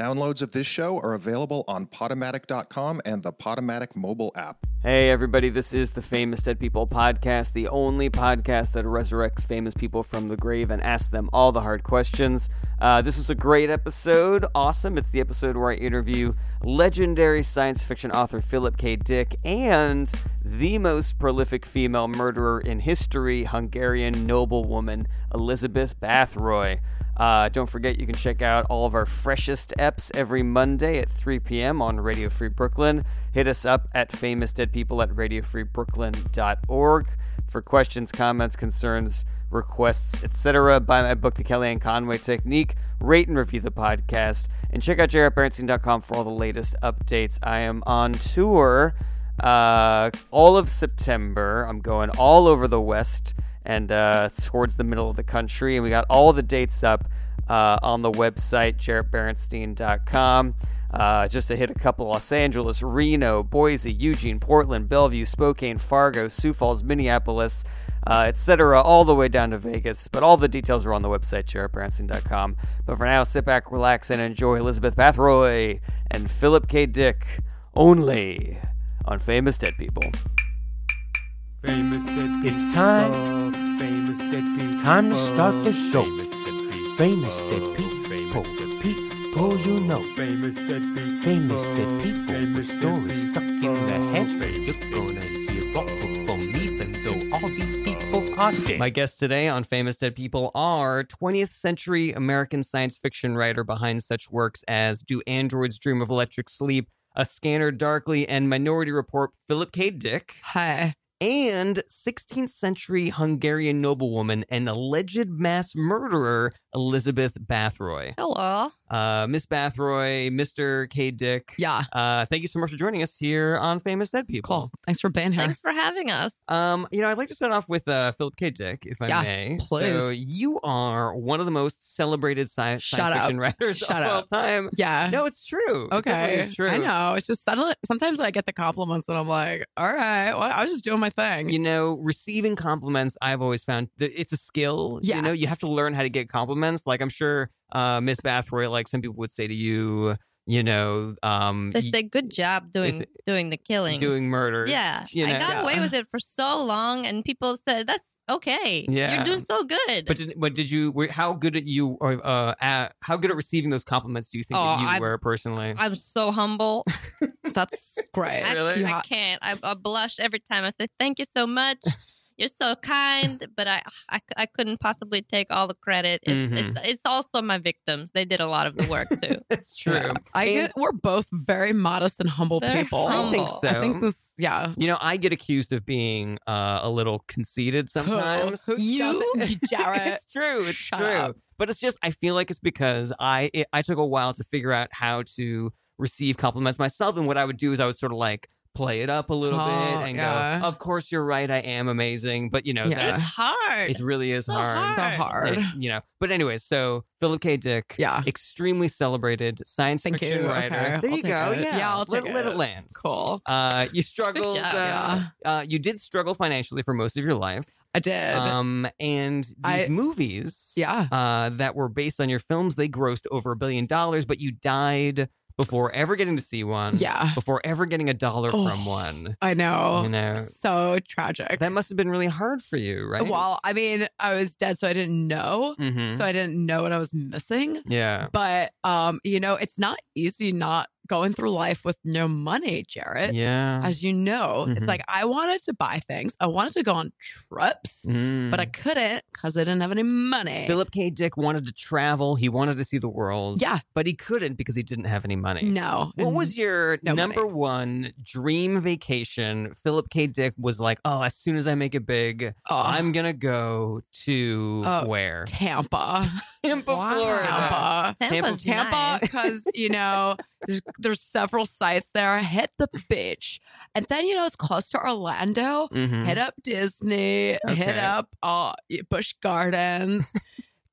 Downloads of this show are available on Potomatic.com and the Potomatic mobile app. Hey, everybody, this is the Famous Dead People podcast, the only podcast that resurrects famous people from the grave and asks them all the hard questions. Uh, this was a great episode. Awesome. It's the episode where I interview legendary science fiction author Philip K. Dick and the most prolific female murderer in history, Hungarian noblewoman Elizabeth Bathroy. Uh, don't forget, you can check out all of our freshest EPs every Monday at 3 p.m. on Radio Free Brooklyn. Hit us up at famousdeadpeople at radiofreebrooklyn.org for questions, comments, concerns, requests, etc. Buy my book, The Kellyanne Conway Technique. Rate and review the podcast. And check out jaredberenstein.com for all the latest updates. I am on tour uh, all of September. I'm going all over the West and uh, towards the middle of the country. And we got all the dates up uh, on the website, jarrettberenstein.com. Uh, just to hit a couple Los Angeles, Reno, Boise, Eugene, Portland, Bellevue, Spokane, Fargo, Sioux Falls, Minneapolis, uh, etc., all the way down to Vegas. But all the details are on the website, jarrettberenstein.com. But for now, sit back, relax, and enjoy Elizabeth Bathroy and Philip K. Dick only on Famous Dead People. Famous dead It's people. time. Famous dead people. Time to start the show. Famous dead people. Famous dead people, people you know. Famous dead people. Famous dead people, the Famous dead stories stuck in people. the heads. Famous You're dead gonna hear all from me, even though all these people are dead. My guests today on Famous Dead People are 20th century American science fiction writer behind such works as Do Androids Dream of Electric Sleep, A Scanner Darkly, and Minority Report, Philip K. Dick, Hi. and 16th century Hungarian noblewoman and alleged mass murderer, Elizabeth Bathroy. Hello. Uh, Miss Bathroy, Mr. K. Dick, Yeah. uh, thank you so much for joining us here on Famous Dead People. Cool. Thanks for being here. Thanks for having us. Um, you know, I'd like to start off with uh, Philip K. Dick, if I Yeah, may. So please. you are one of the most celebrated sci- science Shut up. fiction writers Shut of all up. time. Yeah. No, it's true. It definitely okay. is true. I know. It's just suddenly, sometimes I get the compliments and I'm like, all right, well, I was just doing my thing. You know, receiving compliments, I've always found that it's a skill. Yeah. You know, you have to learn how to get compliments. Like I'm sure uh, Miss Bathroy, like some people would say to you, you know, um, They y- say good job doing say- doing the killing. doing murder. yeah, You know? I got Yeah. away with it for so long, and people said that's okay. Yeah. you're doing so good. But did, but did you? Were, how good at you? Or, uh, at, how good at receiving those compliments? Do you think Oh, that you I'm- were personally? I'm so humble. That's great. I, Really? I can't. I, I blush every time. I say thank you so much. You're so kind, but I, I, I couldn't possibly take all the credit. It's, Mhm. it's it's also my victims. They did a lot of the work too. That's true. I And- get, we're both very modest and humble Very people. humble. I think so. I think this, yeah. You know, I get accused of being uh, a little conceited sometimes. Who You- doesn't? Jarrett. it's true. It's shut true. up. But it's just I feel like it's because I it, I took a while to figure out how to receive compliments myself, and what I would do is I would sort of like play it up a little Oh, bit and yeah. go, "Of course, you're right. I am amazing." But you know, Yeah. It's that's, hard. it really is So hard. hard. so hard. Like, you know. But anyway, so Philip K. Dick, Yeah. extremely celebrated science Thank fiction you. writer. Okay, There I'll you take go. it. Yeah, Yeah, I'll let, take let it. it land. Cool. Uh, you struggled. job. Uh, Yeah. uh, you did struggle financially for most of your life. I did. Um, and these I- movies yeah. uh, that were based on your films, they grossed over a billion dollars, but you died before ever getting to see one. Yeah. Before ever getting a dollar Oh, from one. I know. You know, So tragic. that must have been really hard for you, right? Well, I mean, I was dead, so I didn't know. Mhm. So I didn't know what I was missing. yeah. But um, you know, it's not easy not going through life with no money, Jarrett. Yeah. As you know, Mhm. it's like I wanted to buy things. I wanted to go on trips, Mm. but I couldn't because I didn't have any money. Philip K. Dick wanted to travel. He wanted to see the world, yeah, but he couldn't because he didn't have any money. no. What And was your no number money. one dream vacation? Philip K. Dick was like, "Oh, as soon as I make it big, oh, I'm gonna go to Oh, where Tampa, Tampa, Wow. Florida." Tampa, Tampa's Tampa, nice. because you know there's, there's several sites there. Hit the beach, and then you know it's close to Orlando. Mm-hmm. Mhm. hit up Disney, hit Okay. up uh, Bush Gardens.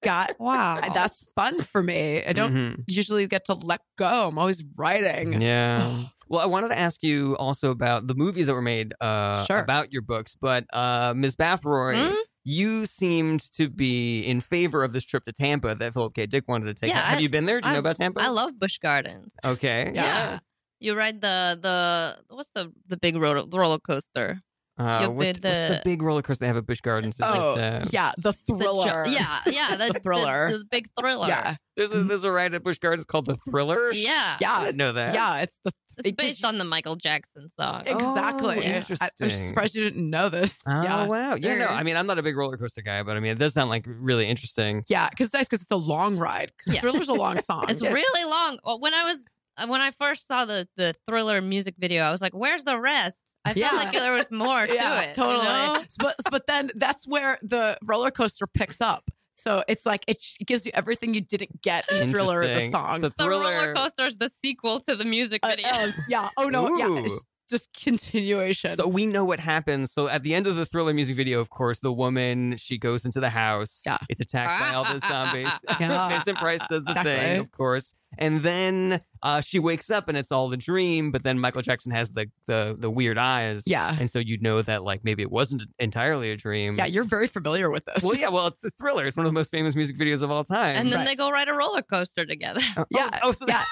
Got Wow, Mm-hmm. that's fun for me. I don't Mhm. usually get to let go. I'm always writing. Yeah. well, I wanted to ask you also about the movies that were made uh, Sure. about your books, but uh, Ms. Bathroy, Hmm? you seemed to be in favor of this trip to Tampa that Philip K. Dick wanted to take. Yeah, Have I- you been there? Do you know I- about Tampa? I love Busch Gardens. Okay. Yeah. You ride the the what's the the big roller roller coaster? Uh, You'll what's, what's bid the the- big roller coaster they have at Busch Gardens? Is Oh, it, uh, yeah, the The jo- thriller. yeah, yeah, that's the- Thriller. The, big thriller. yeah, There's a, there's a ride at Busch Gardens called the Thriller. yeah. I Mm-hmm. yeah, didn't know that. yeah. It's the It's it gives based on the Michael Jackson song. you- exactly. Oh, I- I'm interesting. surprised you didn't know this. Oh yeah, wow. Yeah. No. Sure. I mean, I'm not a big roller coaster guy, but I mean, it does sound like really interesting. yeah, because it's nice because it's a long ride. 'Cause Yeah. Thriller's a long song. It's Yeah. really long. Well, When I was uh, when I first saw the the thriller music video, I was like, "Where's the rest?" I felt Yeah. like there was more to it. you Totally. know? So- But but then that's where the roller coaster picks up. So it's like it, sh- it gives you everything you didn't get in Thriller the Interesting. song. So The roller Thriller. coaster is the sequel to the music Uh, video. uh, yeah. Oh no. Yeah. It's Ooh. just continuation. So we know what happens. So at the end of the Thriller music video, of course, the woman she goes into the house. Yeah. It's attacked by all the zombies. Yeah. Vincent Price does the Exactly. thing, of course. And then uh, she wakes up and it's all the dream. But then Michael Jackson has the the, the weird eyes. yeah. And so you know that like maybe it wasn't entirely a dream. Yeah. You're very familiar with this. Well, yeah. Well, it's a thriller. It's one of the most famous music videos of all time. and then Right. they go ride a roller coaster together. Oh, Yeah. Oh, so Yeah.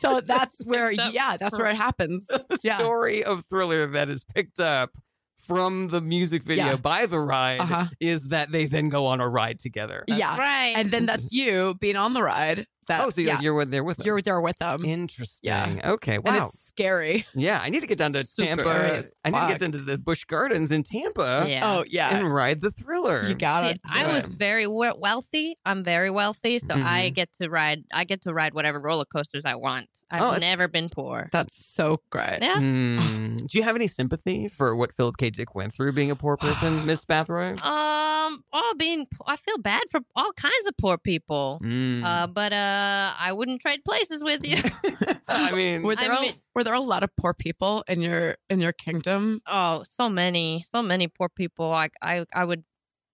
So that's where. Except Yeah. That's where it happens. the Yeah. story of Thriller that is picked up from the music video Yeah. by the ride Uh-huh. is that they then go on a ride together. Yeah. Right. And then that's you being on the ride. That, oh, so yeah, you're with- there with them. you're there with them. Interesting. Yeah. Okay. And Wow. it's scary. Yeah. I need to get down to Super Tampa. as I need to get fuck. down to the Busch Gardens in Tampa yeah. Oh yeah. and ride the Thriller. You See, gotta. do I it. was very we- wealthy. I'm very wealthy, so I Mhm. get to ride. I get to ride whatever roller coasters I want. Oh, I've that's- never been poor. That's so great. Yeah. Hmm. Do you have any sympathy for what Philip K. Dick went through being a poor person, Miss Bathroy? Uh, Um, all being, po- I feel bad for all kinds of poor people. Hmm. Uh, Mm. but uh, I wouldn't trade places with you. I mean, Were there, I a- mean- were there a lot of poor people in your in your kingdom? oh, so many, so many poor people. I, I, I would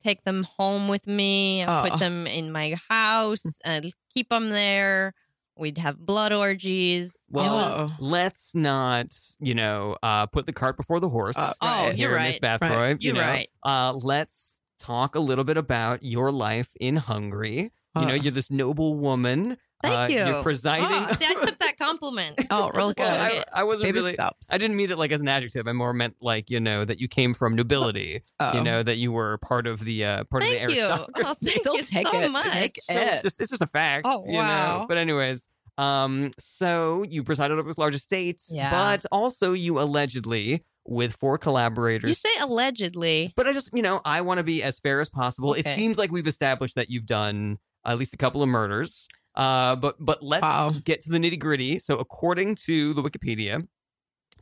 take them home with me. I Oh. put them in my house and keep them there. We'd have blood orgies. Well, It was- Oh. let's not, you know, uh, put the cart before the horse. Uh, Oh, Right. here, you're Miss right. Bathroy. Right. You You're know, right. uh, let's talk a little bit about your life in Hungary. You know, Uh, you're this noble woman. Thank uh, You're you. presiding. Oh, see, I took that compliment. Oh, real good. Well, I, Okay. I wasn't baby really. steps. I didn't mean it like as an adjective. I more meant like you know that you came from nobility. Oh. You know that you were part of the uh, part of Thank the you. aristocracy. Oh, thank Still you take so it. much. Take So it. it's just it's just a fact. "Eh." Oh, you know? wow. But anyways, um, so you presided over this large estate, Yeah. but also you allegedly with four collaborators. You say allegedly. but I just you know I want to be as fair as possible. It Okay. seems like we've established that you've done at least a couple of murders. Uh, but but let's Wow. get to the nitty gritty. So according to the Wikipedia,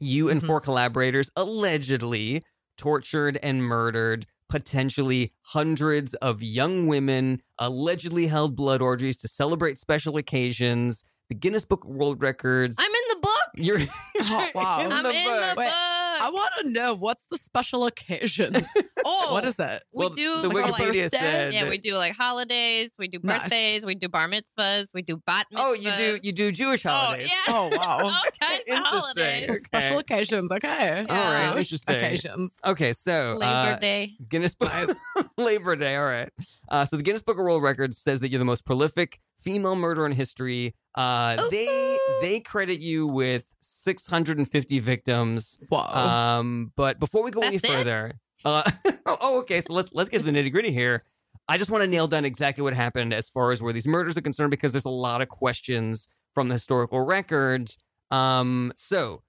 you and Mhm. four collaborators allegedly tortured and murdered potentially hundreds of young women, allegedly held blood orgies to celebrate special occasions, the Guinness Book of World Records. I'm in the book. You're Oh, wow. in I'm the in book. the Wait, book. I want to know what's the special occasions. oh, What is that? we Well, do the for, like, Wikipedia birthday? said Yeah, that- we do like holidays. We do Nice. birthdays. We do bar mitzvahs. We do bat mitzvahs. Oh, you do you do Jewish Oh, holidays. yeah. Oh wow. All kinds of Interesting. holidays. Okay. Special occasions. Okay. Yeah. All right, Special interesting. Occasions. Okay, so Labor uh, Day. Guinness Book Labor Day. All right. Uh, so the Guinness Book of World Records says that you're the most prolific female murderer in history. Uh, they Ooh. they credit you with 650 victims. Whoa. Um, but before we go any That's it? further, uh, oh, okay. So let's let's get to the nitty gritty here. I just want to nail down exactly what happened as far as where these murders are concerned, because there's a lot of questions from the historical record. Um, so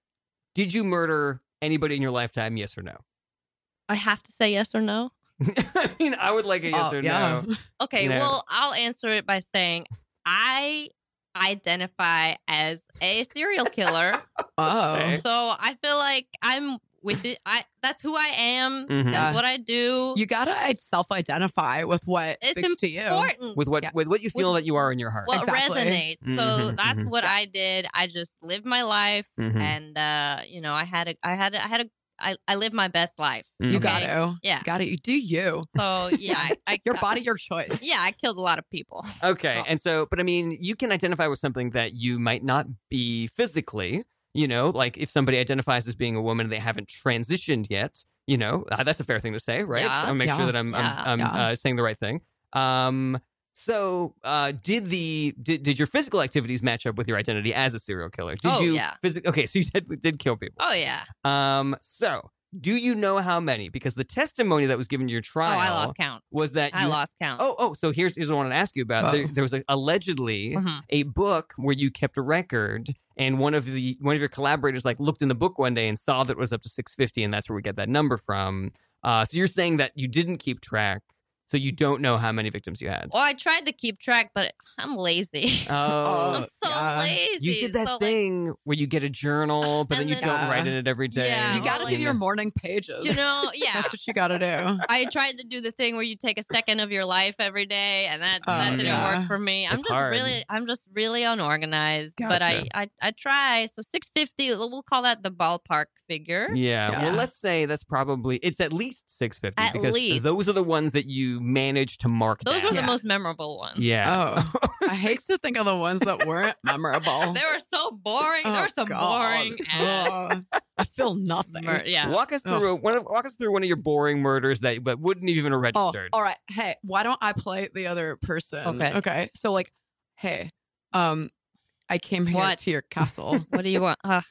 did you murder anybody in your lifetime? Yes or no? I have to say yes or no. I mean, I would like a yes Oh, or yeah. no. Okay, No. well, I'll answer it by saying I identify as a serial killer. Oh. Okay. so I feel like I'm with it. I that's who I am. Mhm. That's Yeah. what I do. Oh. You gotta I'd self-identify with what It's speaks to you. Important. with what Yeah. with what you feel With- that you are in your heart. what Exactly. resonates. So Mhm, that's mhm. what I did. I just lived my life, Mhm. and uh, you know, I had a, I had, a, I had a, I, I lived my best life. Mhm. You Okay. got to. Yeah. Got to. You do you. So yeah, I, I Your body, your choice. Yeah, I killed a lot of people. Okay, and so, but I mean, you can identify with something that you might not be physically. You know, like if somebody identifies as being a woman, and they haven't transitioned yet. You know, uh, that's a fair thing to say, right? Yeah. I want to make sure Yeah. that I'm Yeah. I'm, I'm Yeah. Uh, saying the right thing. Um, so uh, did the did, did your physical activities match up with your identity as a serial killer? Did Oh, you yeah. physi- Okay, so you did, did kill people. Oh yeah. Um, so do you know how many? Because the testimony that was given to your Oh, trial I lost count. was that I you- lost count. Oh, oh, so here's here's what I want to ask you about. There, Whoa. there was a, allegedly Mhm. a book where you kept a record, and one of the one of your collaborators like looked in the book one day and saw that it was up to 650, and that's where we get that number from. Uh, so you're saying that you didn't keep track, so you don't know how many victims you had. Well, I tried to keep track, but I'm lazy. I'm Oh, so yeah. lazy. you did that so, like, Uh, thing where you get a journal, but then and you then- don't Yeah. write in it every day. Yeah, You gotta well, do your morning pages. you know, yeah. That's what you gotta do. I tried to do the thing where you take a second of your life every day, and that, Oh, that didn't yeah. work for me. I'm It's just hard. really, I'm just really unorganized. But I, Gotcha. I, I try. So 650, we'll call that the ballpark figure. Yeah. Well, Yeah. let's say that's probably it's at least six fifty. At because least. those are the ones that you managed to mark. Those were down. the Yeah. most memorable ones. Yeah. Oh, I hate to think of the ones that weren't memorable. They were so boring. they Oh, were so God. boring. ass Oh, I feel nothing. mur- yeah. Walk us Oh. through one of, walk us through one of your boring murders that but wouldn't even have Oh, registered. all right. Hey, why don't I play the other person? Okay. Okay. So like, hey, um, I came here What? to your castle. What do you want? Ugh.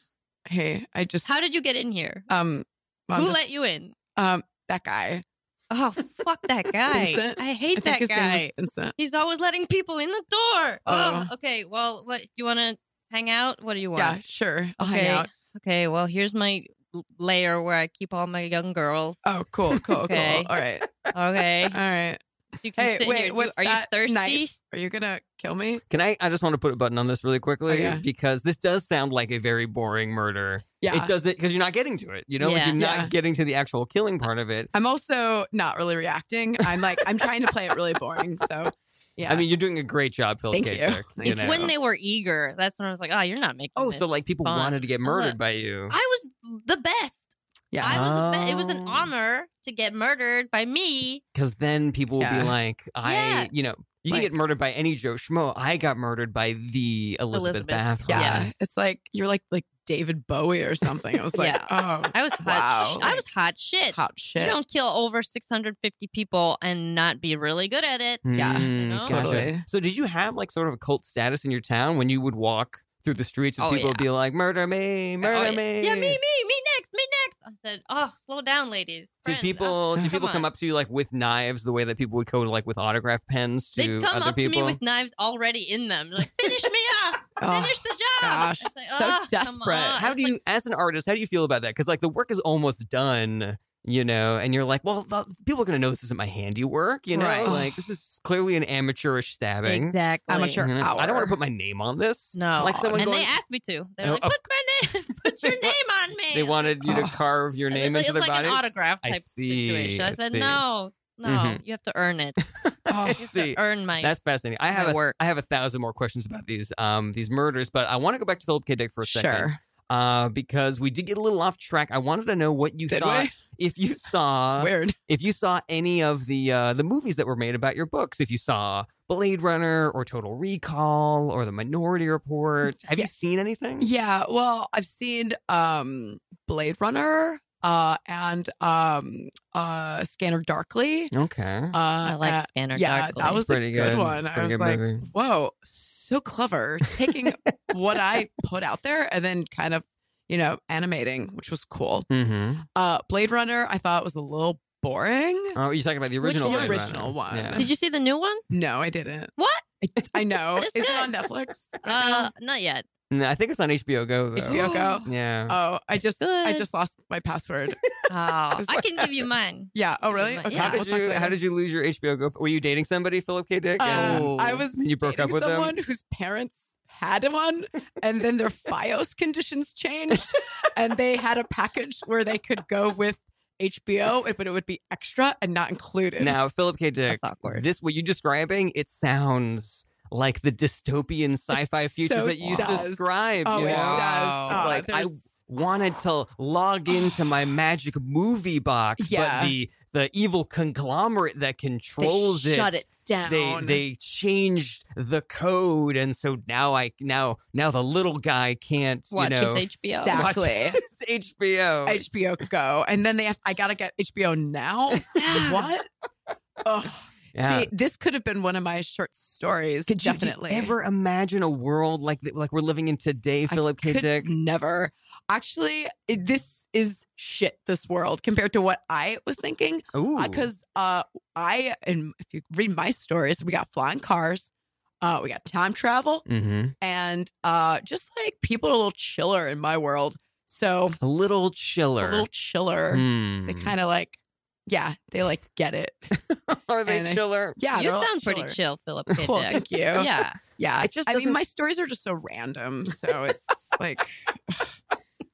hey, I just how did you get in here? um, I'm Who just- let you in? Um, that guy. Oh, fuck that guy. Vincent? I I hate think that his guy. name was Vincent. He's always letting people in the door. Oh. Oh, okay. Well, what you want to hang out? What do you want? Yeah, sure. I'll Okay. hang out. Okay. Well, here's my l- layer where I keep all my young girls. Oh, cool, cool, Okay. cool. All right, Okay. all right. So you can Hey, sit wait, here. Do- what's Are you that thirsty? knife? Are you gonna kill me? Can I? I just want to put a button on this really quickly Oh, yeah. because this does sound like a very boring murder. Yeah. It doesn't because you're not getting to it. You know, like Yeah. you're not Yeah. getting to the actual killing part of it. I'm also not really reacting. I'm like, I'm trying to play it really boring. So, yeah. I mean, you're doing a great job, Phil Thank K. you. Dick, Thank It's know. when they were eager. That's when I was like, oh, you're not making Oh, this. so like people fun. wanted to get murdered by you. I was the best. Yeah. I was the best. It was an Oh. honor to get murdered by me. because then people will Yeah. be like, I, Yeah. you know, you Like- can get murdered by any Joe Schmo. I got murdered by the Elizabeth, Elizabeth. Bath. yeah. yes. It's like you're like like David Bowie or something. I was like, oh, I was hot. Wow. I was hot shit. hot shit. You don't kill over 650 people and not be really good at it. Yeah, Mm, you know? gotcha. Totally. So did you have like sort of a cult status in your town when you would walk through the streets and Oh, people would be like, murder me, Oh, murder yeah. me? Yeah, me, me, me next, me next. I said, oh, slow down, ladies. Do Friends, people oh, do people come on. up to you like with knives the way that people would go like with autograph pens to They'd come other up people? to me with knives already in them. Like, finish me up, Oh, finish the job. gosh. It's like, So "Ah, come desperate. on." how It's do you, like, as an artist, how do you feel about that? Because like the work is almost done, you know, and you're like, well, the- people are gonna know this isn't my handiwork, you know, Right. like this is clearly an amateurish stabbing. exactly? Amateur You know, I don't want hour. to put my name on this. No, like someone and going, they asked me to. They were Oh, like, of- put my name, put your name on me. they wanted you to Oh. carve your It's name like- into it's their like body. an autograph I type see, situation. I I said, see. no, no, Mhm. you have to earn it. Oh, You have See, to earn my. That's fascinating. I have my a, work. I have a thousand more questions about these um these murders, but I want to go back to Philip K. Dick for a second sure. uh, because we did get a little off track. I wanted to know what you Did thought we? if you saw Weird. if you saw any of the uh, the movies that were made about your books. If you saw Blade Runner or Total Recall or The Minority Report, have Yeah. you seen anything? Yeah. Well, I've seen um Blade Runner uh and um uh Scanner Darkly. Okay, Uh, I like uh, Scanner. yeah, Darkly. that was pretty a good, one. It's a I pretty was good like, movie. whoa, so clever, taking what I put out there and then kind of, you know, animating, which was cool. Mm-hmm. Uh, Blade Runner, I thought was a little boring. Uh. Oh, you're talking about the Which original one? Blade Runner. Original one. Yeah. Did you see the new one? No, I didn't. What? It's- I know. It's Is it good. on Netflix? Uh, not yet. No, I think it's on HBO Go though. HBO Go. Yeah. Oh, I just I Good. just lost my password. Oh, I can give you mine. Yeah. Oh, really? How Okay. yeah, how we'll did talk you later. How did you lose your HBO Go? Were you dating somebody, Philip K. Dick? Uh, And- I was You broke up dating with them? someone whose parents had one, and then their FiOS conditions changed, and they had a package where they could go with HBO, but it would be extra and not included. now, Philip K. Dick. That's awkward. This what you're describing. It sounds like the dystopian sci-fi It futures so that you does. describe. oh, you know? it does. It's Oh, like I there's- wanted to log into my magic movie box, Yeah. but the the evil conglomerate that They controls shut it down. they they changed the code, and so now I now now the little guy can't Watch you know his HBO. Exactly. it's HBO. HBO Go, and then they have. I gotta get HBO now. what? Oh, Yeah. see, this could have been one of my short stories. Could you- do you definitely. ever imagine a world like th- like we're living in today, I Philip K. could Dick? Never. Actually, it- this is shit. This world compared to what I was thinking, Ooh, because uh, I and if you read my stories, we got flying cars, uh, we got time travel, hmm and uh, just like people are a little chiller in my world. So a little chiller. a little chiller. They Hmm. kind of like, yeah, they like get it. Are they and I- chiller? Yeah, you they're all sound pretty chiller. chill, Philip K. Cool, Dick. thank you. yeah. yeah. It just I mean, doesn't- my stories are just so random, so it's like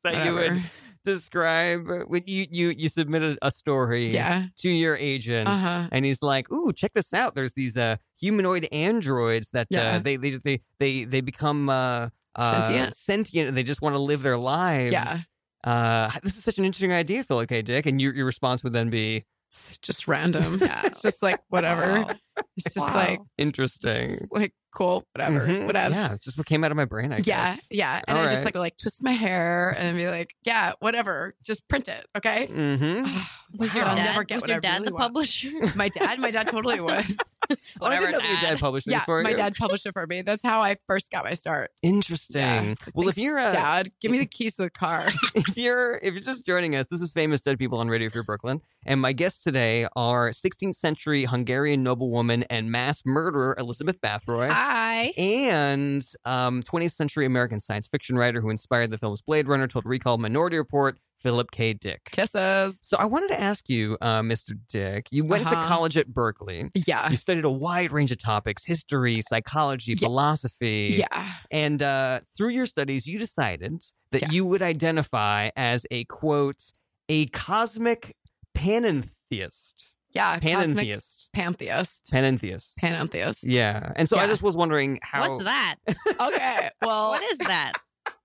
That you whatever. would describe uh, when you you you submitted a story yeah, to your agent, Uh-huh. and he's like, "Ooh, check this out. There's these uh, humanoid androids that uh, Yeah. they they they they they they become uh, uh, Sentient. sentient, and they just want to live their lives." Yeah. Uh, this is such an interesting idea, Philip K. Dick, and your your response would then be it's just random. Yeah. It's just like whatever. Wow. It's just like interesting. it's, like cool, whatever, Mhm. whatever. Yeah, it's just what came out of my brain. I yeah, guess. yeah. And All I just right. like would, like twist my hair and be like, yeah, whatever. Just print it, okay? Ah, Mm-hmm. Mm. Was Wow. your I'll dad, never get was what your I dad really the want. publisher? My dad, my dad totally was. Whatever. I didn't know that your dad published these yeah, for my you. dad published it for me. That's how I first got my start. Interesting. Yeah. Well, if Thanks, you're uh, a, dad, give me the keys to the car. if you're if you're just joining us, this is famous dead people on Radio Free Brooklyn, and my guests today are 16th century Hungarian noblewoman and mass murderer Elizabeth Bathroy. Hi. And um, 20th century American science fiction writer who inspired the films Blade Runner, Total Recall, Minority Report, Philip K. Dick. Kisses. So I wanted to ask you, uh, Mr. Dick, you went to Uh-huh. college at Berkeley. Yeah. You studied a wide range of topics history, psychology, Yeah. philosophy. Yeah. And uh, through your studies, you decided that Yeah. you would identify as a quote, a cosmic panentheist. Yeah. Cosmic Panentheist. pantheist. Panentheist. Panentheist. Yeah. And so I Yeah. just was wondering how. What's that? Okay. Well, What is that?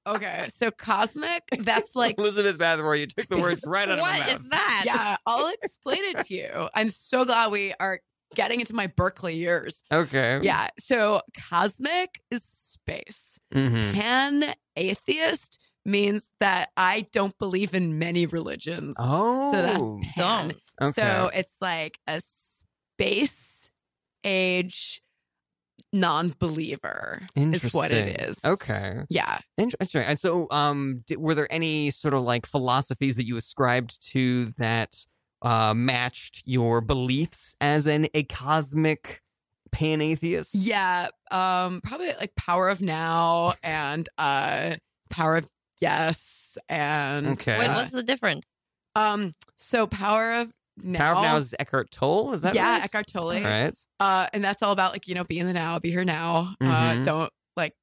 okay. So cosmic, that's like Elizabeth Bathory, you took the words right out of my What mouth. is that? Yeah, I'll explain it to you. I'm so glad we are getting into my Berkeley years. Okay. Yeah. So cosmic is space. Mhm. Pan atheist means that I don't believe in many religions. Oh. so that's pan. Don't. Okay. So it's like a space age non believer is what it Interesting. is. Okay. Yeah. Interesting. And so, um, di were there any sort of like philosophies that you ascribed to that uh, matched your beliefs as an a cosmic pan-atheist? Yeah. Um, probably like Power of Now and uh Power of Yes and Okay. Wait, uh, what's the difference? um so Power of Now. Power of Now is Eckhart Tolle. Is that yeah, right? Eckhart Tolle. All right. Uh and that's all about like, you know, be in the now, be here now. Mhm. Uh don't like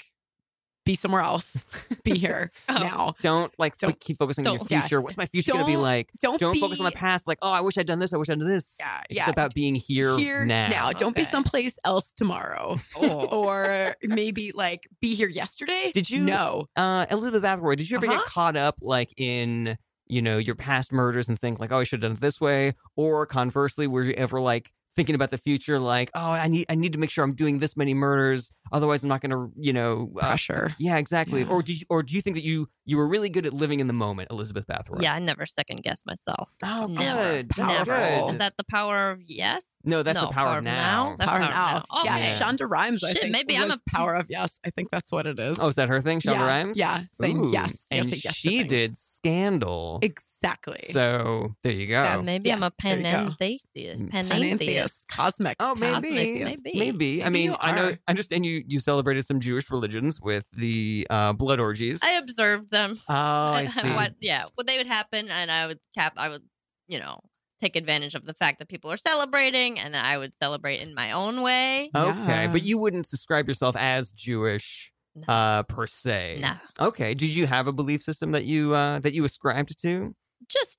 be somewhere else. be here Oh. now. Don't like Don't- keep focusing on your don't- yeah. future. What's my future going to be Don't- like? Don't Don't be, focus on the past. Like, oh, I wish I'd done this. I wish I'd done this. Yeah, It's yeah. just about being here, now. Don't be Okay. Oh. someplace else tomorrow. or maybe like be here yesterday. Did you- No. Uh, Elizabeth Bathory, did you ever Uh-huh. get caught up like in you know your past murders and think like, oh, I should have done it this way? Or conversely, were you ever like thinking about the future, like, oh, I need I need to make sure I'm doing this many murders, otherwise I'm not going to you know. Uh, Pressure. yeah, exactly. Yeah. Or did you, or do you think that you you were really good at living in the moment, Elizabeth Bathory? Yeah, I never second guess myself. Oh, Never. good. Oh, Powerful. Is good. that the power of yes? No, that's No, the power, of now. That's power Power now. Now. Oh, Yeah, Okay. Shonda Rhimes. I Shit, think maybe I'm was a- power of yes. I think that's what it is. Oh, is that her thing, Shonda yeah, Rhimes? Yeah, saying Ooh. yes. yes, And yes, yes to she things. did Scandal. exactly. So there you go. That's- Maybe Yeah, I'm a there you go. Mm. panentheist. Panentheist. Panentheist, cosmic. Oh, maybe, Maybe. maybe, I Maybe mean, you I know. are. I understand you. You celebrated some Jewish religions with the uh, blood orgies. I observed them. oh, I see. what, yeah, well, they would happen, and I would cap. I would, you know, take advantage of the fact that people are celebrating, and I would celebrate in my own way. Okay, Yeah. but you wouldn't describe yourself as Jewish No. uh, per se. no, Okay. Did you have a belief system that you uh, that you ascribed to? just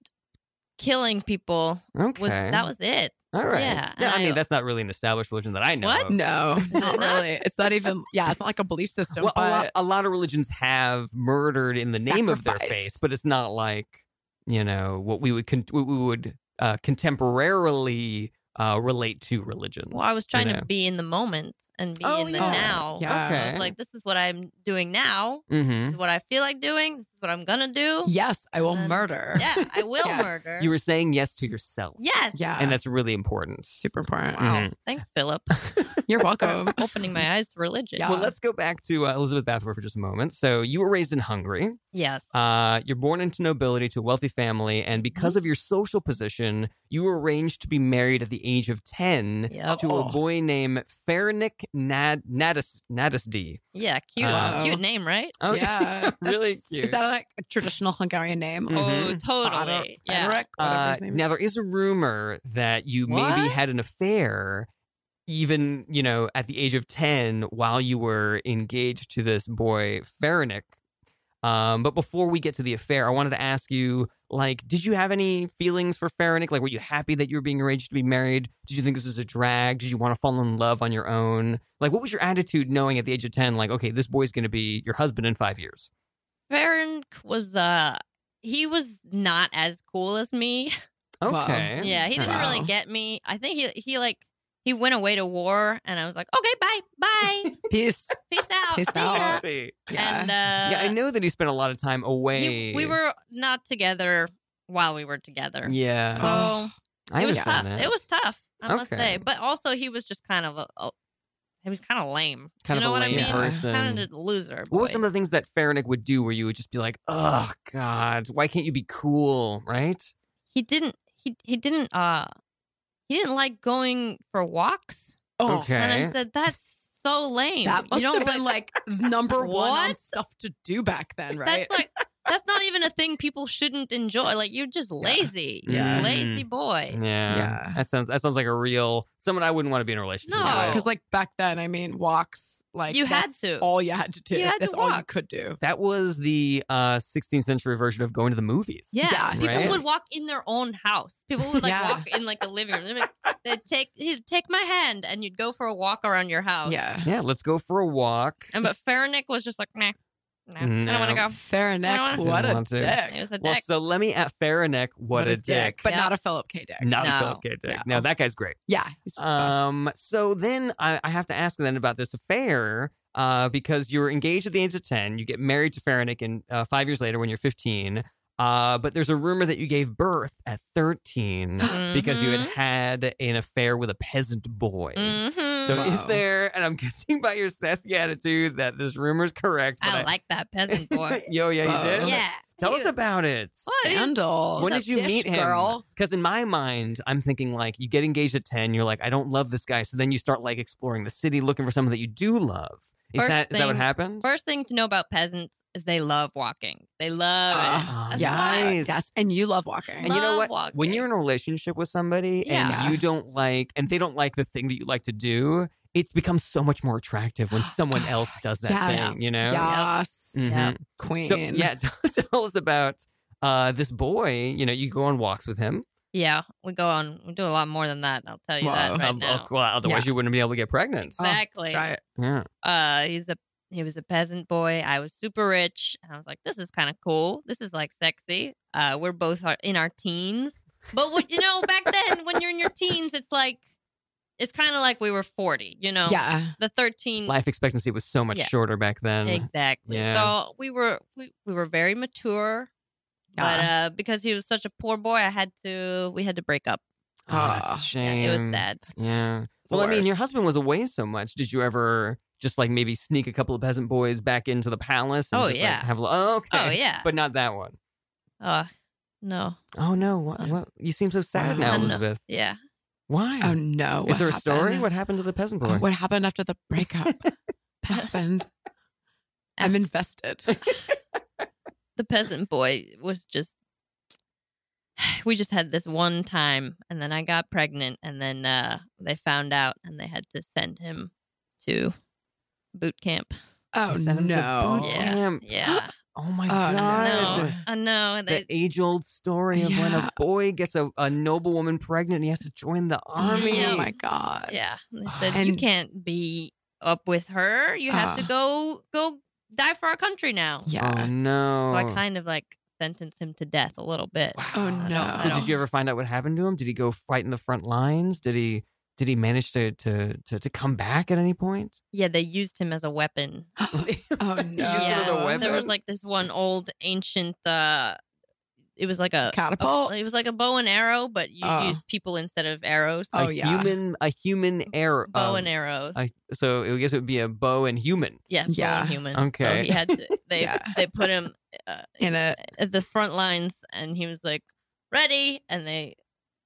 killing people Okay, was that was it. All right. Yeah, No, and I mean, I- that's not really an established religion that I know. What? of. No, not it not? really. It's not even. Yeah, it's not like a belief system. Well, a, lot, but a lot of religions have murdered in the name of their Sacrifice. faith, but it's not like you know what we would con- what we would uh, contemporarily uh, relate to religions. Well, I was you trying know? to be in the moment and be Oh, in the yeah. now. Yeah. I Okay. was like, this is what I'm doing now. Mhm. This is what I feel like doing. This is what I'm gonna do. yes, I Mm-hmm. will Um, murder. Oh. Yeah, I will Yeah. murder. You were saying yes to yourself, yes. yeah, Mm-hmm. and that's really important. super important. Wow. Mhm. Thanks, Philip. You're welcome. Opening my eyes to religion. Yeah. Well, let's go back to uh, Elizabeth Bathory for just a moment. So, you were raised in Hungary. Yes. Uh, you're born into nobility to a wealthy family, and because of your social position, you were arranged to be married at the age of 10 Yep. to a boy named Fernick Nad- Nadis- Nadisdi. Yeah. Cute. uh, Wow. Cute name, right? Oh, Yeah, that's- Really cute. Is that like a traditional Hungarian name? Mhm. Oh, totally. Fodor- Yeah. Fodorek, whatever Uh, his name is. now, there is a rumor that you maybe What? had an affair, even, you know, at the age of 10 while you were engaged to this boy, Fernick. Um, but before we get to the affair, I wanted to ask you, like, did you have any feelings for Fernick? Like, were you happy that you were being arranged to be married? Did you think this was a drag? Did you want to fall in love on your own? Like, what was your attitude knowing at the age of 10, like, okay, this boy's going to be your husband in five years? Ferenc was uh he was not as cool as me. Wow. Okay. Yeah, he didn't Wow. really get me. I think he he like he went away to war and I was like, "Okay, bye. Bye. Peace. Peace out." Peace see out. ya." See. Yeah. And uh yeah, I know that he spent a lot of time away. he- we were not together while we were together. Yeah, So Oh, I it was tough. understand that. It was tough, I must Okay. say. But also he was just kind of a, a he was kind of lame. kind you of know a what lame I mean? person. Kind of a loser. what were boy. some of the things that Farinick would do where you would just be like, "Oh God, why can't you be cool?" Right? he didn't he he didn't uh he didn't like going for walks Oh, okay. and i said that's so lame that must you don't have been like like number one on What? stuff to do back then, right? that's like that's not even a thing people shouldn't enjoy like you're just lazy You're Yeah. Mm. a lazy boy yeah, Yeah. That sounds that sounds like a real someone I wouldn't want to be in a relationship. No. with. because like back then, I mean, walks like you had that's to all you had to do. You had to that's all you walk. could do. that was the uh, 16th century version of going to the movies. yeah, yeah, people right. would walk in their own house. People would like Yeah. walk in like the living room. They'd, be like, they'd take he'd take my hand, and you'd go for a walk around your house. Yeah. yeah. Let's go for a walk. and but Farinick was just like, nah, nah I don't want to No. go. Farinac, Didn't what a want to. It dick. was a well, dick. so let me at Farinick, what, a, dick. But Yeah. not a Philip K. Dick. Not a No. Philip K. Dick. Yeah. No, that guy's great. Yeah. He's the best. Um, so then I, I have to ask then about this affair uh, because you were engaged at the age of 10. You get married to Farinick and uh, five years later when you're 15. Uh, but there's a rumor that you gave birth at 13 because you had Mm-hmm. had an affair with a peasant boy. Mhm. So Wow. is there, and I'm guessing by your sassy attitude that this rumor is correct. I but like that peasant boy. Yo, yeah, you Wow. did? yeah. Tell He- us about it. What? He's- Scandal. When He's did a you dish meet him? Girl. Because in my mind, I'm thinking like you get engaged at ten, you're like, I don't love this guy. So then you start like exploring the city, looking for someone that you do love. Is First that is that what thing- happened? First thing to know about peasants is they love walking. They love it. Ah, That's yeah, nice. yes, and you love walking. and you know love what? When walking. you're in a relationship with somebody Yeah. and you don't like, and they don't like the thing that you like to do, it becomes so much more attractive when someone else does that Yes. thing. You know? Yes, Mhm. Yeah. queen. So yeah, tell, tell us about uh, this boy. You know, you go on walks with him. Yeah, we go on. We do a lot more than that. I'll tell you Wow. that right Um, now. Uh, well, otherwise you wouldn't be able to get pregnant. Oh, that's Exactly. right. Yeah. Uh, he's a he was a peasant boy. I was super rich, and I was like, this is kind of cool. This is like sexy. Uh, we're both are- in our teens, but what, you know, back then when you're in your teens, it's like it's kind of like we were forty. You know, Yeah. the thirteen life expectancy was so much Mm. Yeah. shorter back then. Exactly. Yeah. So we were we, we were very mature, but Yeah. uh, because he was such a poor boy, I had to we had to break up. Oh, that's a Ah, Yeah, shame. it was sad. Yeah. Well, I mean, your worst. husband was away so much. Did you ever just like maybe sneak a couple of peasant boys back into the palace? And Oh, just, like, yeah. have a, oh, okay. Oh yeah. But not that one. Uh, no. Oh no! What, Uh, what? You seem so sad uh, now, no. Elizabeth. Yeah. Why? Oh no. Is what there a story? happened? What happened to the peasant boy? Oh, what happened after the breakup? What happened. I'm invested. The peasant boy was just. We just had this one time, and then I got pregnant, and then uh, they found out, and they had to send him to boot camp. Oh They sent him to no. boot Yeah. camp. Yeah. Oh my Oh, no. god. No, uh, no. The They, age old story of when a Yeah. boy gets a, a noble woman pregnant and he has to join the army. Oh my god. yeah, they said you And- can't be up with her. You have to Ah. go go die for our country now. Yeah. Oh no. So I kind of like sentenced him to death a little bit. Oh, Wow. no. So did you ever find out what happened to him? Did he go fight in the front lines? Did he did he manage to to to, to come back at any point? Yeah, they used him as a weapon. Oh, He used Um, it as a no. weapon? There was like this one old ancient. uh It was like a, Catapult. a- it was like a bow and arrow, but you Oh. used people instead of arrows. Oh, a yeah. human a human arrow bow and um, arrows. I- so I guess it would be a bow and human. yeah, bow Yeah. and human. Okay. So he had to, they Yeah. they put him uh, In a at the front lines, and he was like ready, and they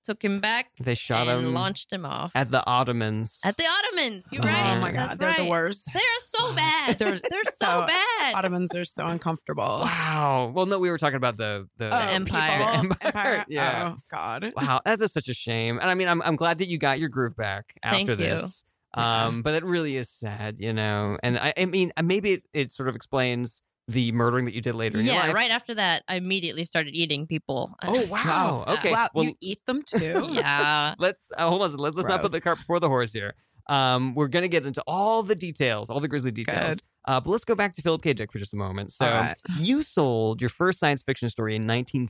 took him back They shot and him launched him off at the Ottomans. At the Ottomans. You're Oh, right. Oh my That's god, they're right. the worst. They're so bad. They're, They're- so oh, bad. Ottomans are so uncomfortable. wow. Well, no, we were talking about the the Oh, empire. people, The empire, yeah. Oh god. Wow, that's just such a shame. And I mean, I'm I'm glad that you got your groove back Thank after you. this. Um, but it really is sad, you know. And I, I mean, uh, maybe it, it sort of explains the murdering that you did later in your yeah, life. right after that, I immediately started eating people. Oh wow. Yeah. Okay. Wow, well, you eat them too? yeah. let's uh, hold on. a second. Let, let's not put Gross. the cart before the horse here. Um, we're gonna get into all the details, all the grisly details. Good. Uh, but let's go back to Philip K. Dick for just a moment. So All right. you sold your first science fiction story in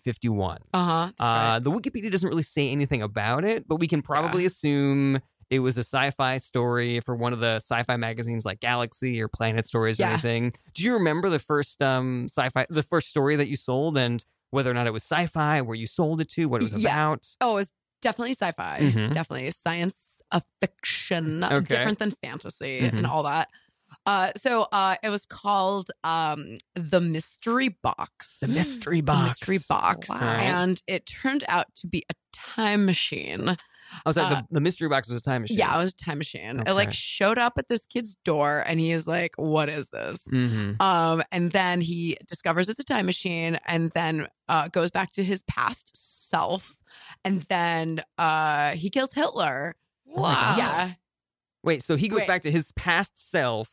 1951. Uh-huh. Uh, The Wikipedia doesn't really say anything about it, but we can probably Yeah. assume it was a sci-fi story for one of the sci-fi magazines like Galaxy or Planet Stories or Yeah. anything. Do you remember the first um, sci-fi, the first story that you sold, and whether or not it was sci-fi, where you sold it to, what it was Yeah. about? Oh, it's definitely sci-fi. Mhm. Definitely science a fiction, Okay. different than fantasy Mhm. and all that. Uh, so uh, it was called um, the Mystery Box. The mystery The box. Mystery Box, Wow. and it turned out to be a time machine. Oh, sorry. Uh, the, the mystery box was a time machine. Yeah, it was a time machine. Okay. It like showed up at this kid's door, and he is like, "What is this?" Mm-hmm. Um, and then he discovers it's a time machine and then uh, goes back to his past self. And then uh, he kills Hitler. Wow. Yeah. Wait, so he goes Wait. back to his past self,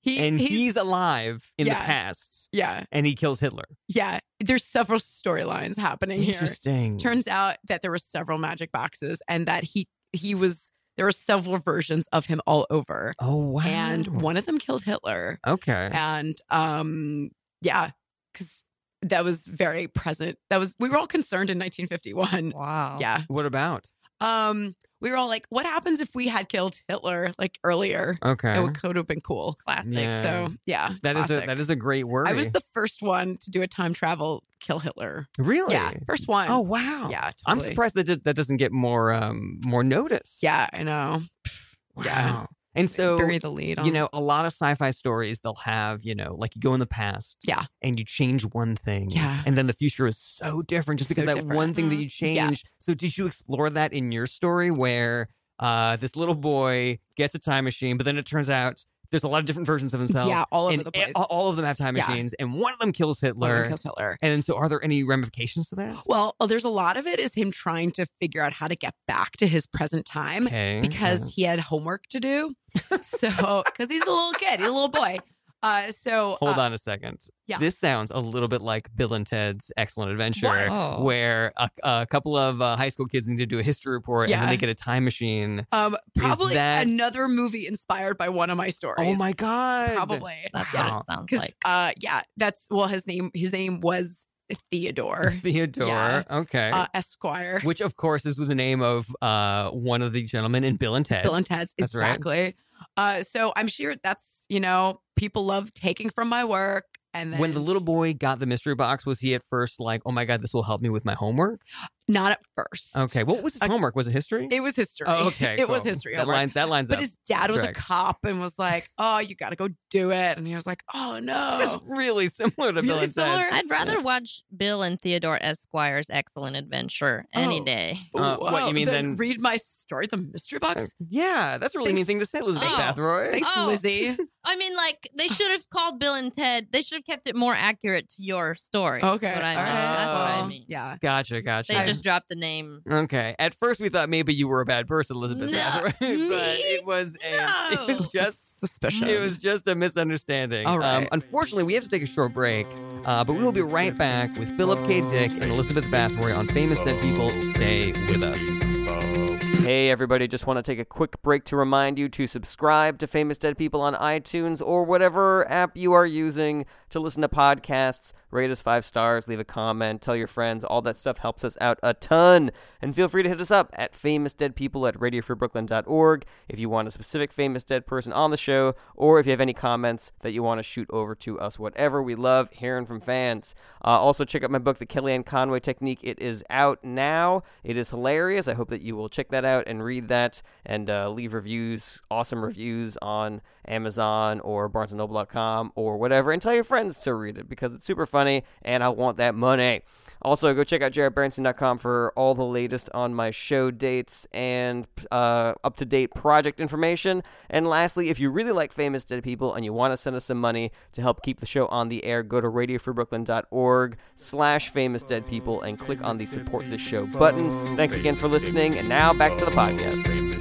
He, and he's, alive in the Yeah. past, Yeah. and he kills Hitler. Yeah. There's several storylines happening here. Interesting. Turns out that there were several magic boxes and that he he was there were several versions of him all over. Oh wow. And one of them killed Hitler. Okay. And um yeah, because that was very present. That was we were all concerned in 1951. Wow. Yeah. What about? um we were all like what happens if we had killed hitler like earlier Okay. it would, could have been cool Classic. Yeah. so yeah that is a classic. that is a great worry. i was the first one to do a time travel kill hitler really. yeah first one. Oh wow. yeah totally. I'm surprised that that doesn't get more um more notice. yeah i know Wow. yeah. And so bury the lead on you know a lot of sci-fi stories they'll have you know like you go in the past Yeah. and you change one thing Yeah. and then the future is so different just So because that different. Mm-hmm. one thing that Mhm. you Yeah. change so did you explore that in your story where uh, this little boy gets a time machine but then it turns out there's a lot of different versions of himself yeah all over and the e- place all of them have time Yeah. machines and one of them kills One hitler of them kills hitler and then so are there any ramifications to that well oh, there's a lot of it is him trying to figure out how to get back to his present time okay uh, because he had homework to do so because he's a little kid he's a little boy uh so Hold uh, on a second. yeah. This sounds a little bit like Bill and Ted's Excellent Adventure, What? Oh. where a, a couple of uh, high school kids need to do a history report and then Yeah. they get a time machine. Um, probably that- another movie inspired by one of my stories. Oh my God. probably That's Wow. what it sounds because like. uh, yeah, that's well, his name his name was Theodore Theodore. Yeah. Okay. uh, Esquire. Which, of course, is with the name of uh, one of the gentlemen in Bill and Ted's. Bill and Ted's That's right. exactly. Uh, so I'm sure that's you know people love taking from my work. And then When the little boy got the mystery box, was he at first like, oh my God, this will help me with my homework? not at first. Okay. What was his Uh, homework? Was it history? it was history. oh, okay. it was cool. history. That, homework. line, that lines but up. his dad was Correct. a cop and was like, "Oh, you got to go do it," and he was like, "Oh no." this is really similar to Bill Really and Ted's. similar? I'd rather watch Bill and Theodore Esquire's Excellent Adventure any Oh. day. Uh, what, Whoa, you mean then- read my story, the mystery box. Yeah, that's a really mean Thanks- thing to say, Elizabeth Oh, Bathroy. Thanks, Oh. Lizzie. I mean, like they should have called Bill and Ted. They should have kept it more accurate to your story. Okay. That's what I mean. all right, That's what I Oh. well, mean. Yeah. Gotcha, gotcha. They just dropped the name. okay. At first, we thought maybe you were a bad person, Elizabeth No, Bathroy, but me? it was a, No. it was just suspicious. it was just a misunderstanding. Um, All right. unfortunately, we have to take a short break. Uh, but we will be right back with Philip K. Dick and Elizabeth Bathory on Famous Dead People. Stay with us. Hey, everybody, just want to take a quick break to remind you to subscribe to Famous Dead People on iTunes or whatever app you are using to listen to podcasts. Rate us five stars, leave a comment, tell your friends. All that stuff helps us out a ton. And feel free to hit us up at famousdeadpeople at radiofreebrooklyn.org if you want a specific famous dead person on the show or if you have any comments that you want to shoot over to us. Whatever, we love hearing from fans. Uh, also, check out my book, The Kellyanne Conway Technique. It is out now. It is hilarious. I hope that you will check that out and read that and uh, leave reviews, awesome reviews on Amazon or BarnesandNoble.com or whatever, and tell your friends to read it because it's super funny and I want that money. Also, go check out jaredbranson.com for all the latest on my show dates and uh, up to date project information. And lastly, if you really like famous dead people and you want to send us some money to help keep the show on the air, go to radiofreebrooklyn.org slash famous dead people and click on the support this show button. Thanks again for listening. And now back to the podcast.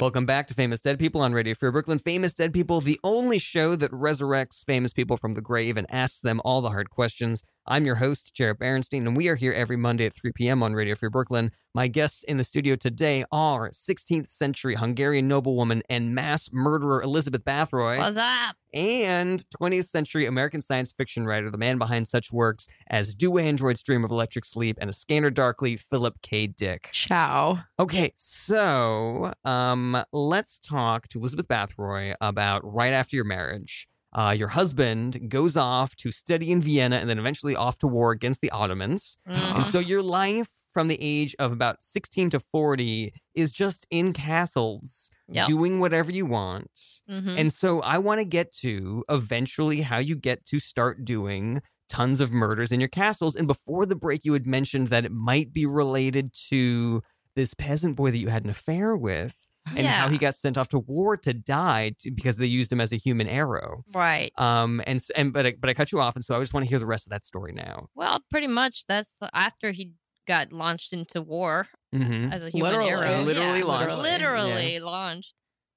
Welcome back to Famous Dead People on Radio Free Brooklyn. Famous Dead People, the only show that resurrects famous people from the grave and asks them all the hard questions. I'm your host, Jared Berenstein, and we are here every Monday at 3 p.m. on Radio Free Brooklyn. My guests in the studio today are 16th century Hungarian noblewoman and mass murderer Elizabeth Bathroy What's up? and 20th century American science fiction writer, the man behind such works as Do Androids Dream of Electric Sleep and A Scanner Darkly, Philip K. Dick. Ciao. Okay, so um, let's talk to Elizabeth Bathroy about right after your marriage. Uh, your husband goes off to study in Vienna and then eventually off to war against the Ottomans. Mm. And so your life from the age of about 16 to 40 is just in castles, Yep. doing whatever you want. Mhm. And so I want to get to eventually how you get to start doing tons of murders in your castles. And before the break, you had mentioned that it might be related to this peasant boy that you had an affair with and how Oh, Yeah. he got sent off to war to die to, because they used him as a human arrow. Right. Um, and, s- and but, I, but I cut you off. And so I just want to hear the rest of that story now. Well, pretty much that's after he got launched into war hmm as a human Literally. arrow. Literally yeah. launched. Literally launched.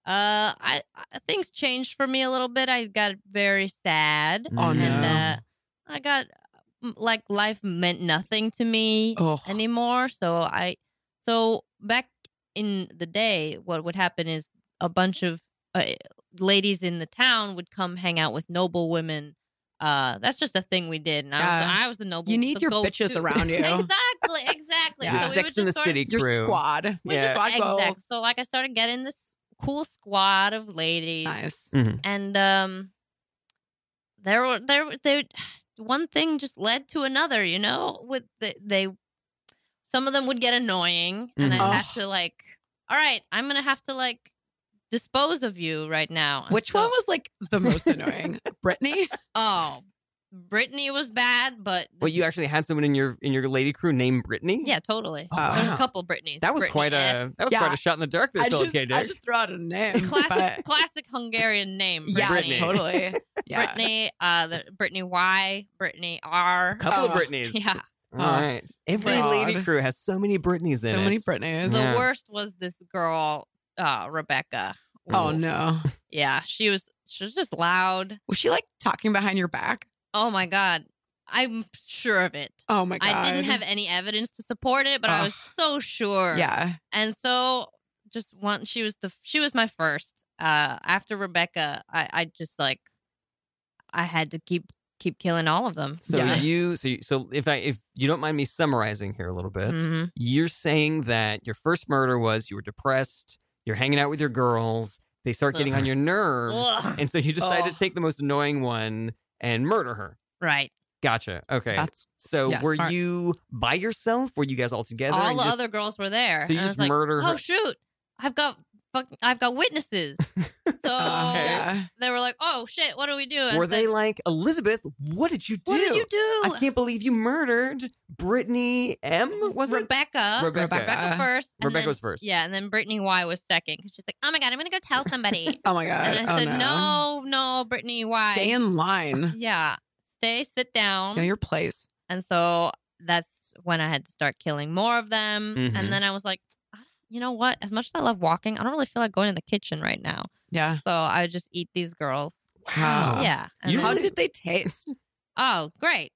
Uh, I, I things changed for me a little bit. I got very sad, Oh, Mm-hmm. and no. uh, I got m- like life meant nothing to me Oh, anymore. So I, so back in the day, what would happen is a bunch of uh, ladies in the town would come hang out with noble women. Uh, that's just a thing we did, and I was, Yeah. I was the noble. you need the your goat, bitches too. around you. exactly, exactly. Yeah. Your we we Sex would in the just sort of- City Your crew. squad. we Yeah. just- Squad exact. goals. So like I started getting this cool squad of ladies, Nice. and um, there were there were- there one thing just led to another. You know, with the, they some of them would get annoying, and Mhm. I'd have Ugh. to like, all right, I'm gonna have to like dispose of you right now. And Which so- one was like the most annoying? Brittany? Oh, Brittany was bad, but Well, you actually had someone in your in your lady crew named Brittany. yeah, totally. Oh, Uh, There's a wow. couple Brittany's. That was Brittany quite S. a that was Yeah. quite a shot in the dark. There, I Philip just, K. Dick. I just threw out a name. classic but- classic Hungarian name. yeah, Brittany. totally. Yeah. Brittany, uh, the Brittany Y, Brittany R. couple of Uh, Britneys. Oh, Yeah, Oh, All right. Every God. lady crew has so many Britneys So in it. many Britneys. the Yeah. worst was this girl, uh, Rebecca. Oh no. Yeah, she was she was just loud. Was she like talking behind your back? Oh my god, I'm sure of it. Oh my god. I didn't have any evidence to support it, but I was so sure. Yeah. and so just one she was the she was my first uh after rebecca i i just like i had to keep keep killing all of them So Yeah. you, so you, so if I, if you don't mind me summarizing here a little bit, Mhm. you're saying that your first murder was you were depressed, you're hanging out with your girls, they start getting Ugh. on your nerves, Ugh. Oh. and so you decide to Ugh. take the most annoying one and murder her. right Gotcha. Okay. That's so yeah, were smart. you by yourself? Were you guys all together? all and the just- other girls were there So you And I just was like, murder oh her- shoot i've got fuck- i've got witnesses so uh, yeah. they were like oh shit what do we do And I Were said, they like Elizabeth? What did you do? what did you do I can't believe you murdered Brittany M. Was it? rebecca Rebecca. Uh, rebecca first and Rebecca then- was first. yeah and then brittany y was second because she's like oh my god i'm gonna go tell somebody Oh my god. And I oh, said, no. no. no, Brittany, why? Stay in line. yeah, stay, sit down. Know your place. and so that's when I had to start killing more of them. Mhm. And then I was like, you know what? As much as I love walking, I don't really feel like going to the kitchen right now. Yeah. So I would just eat these girls. Wow. Yeah. And You I How was really- did like, they taste? oh, great.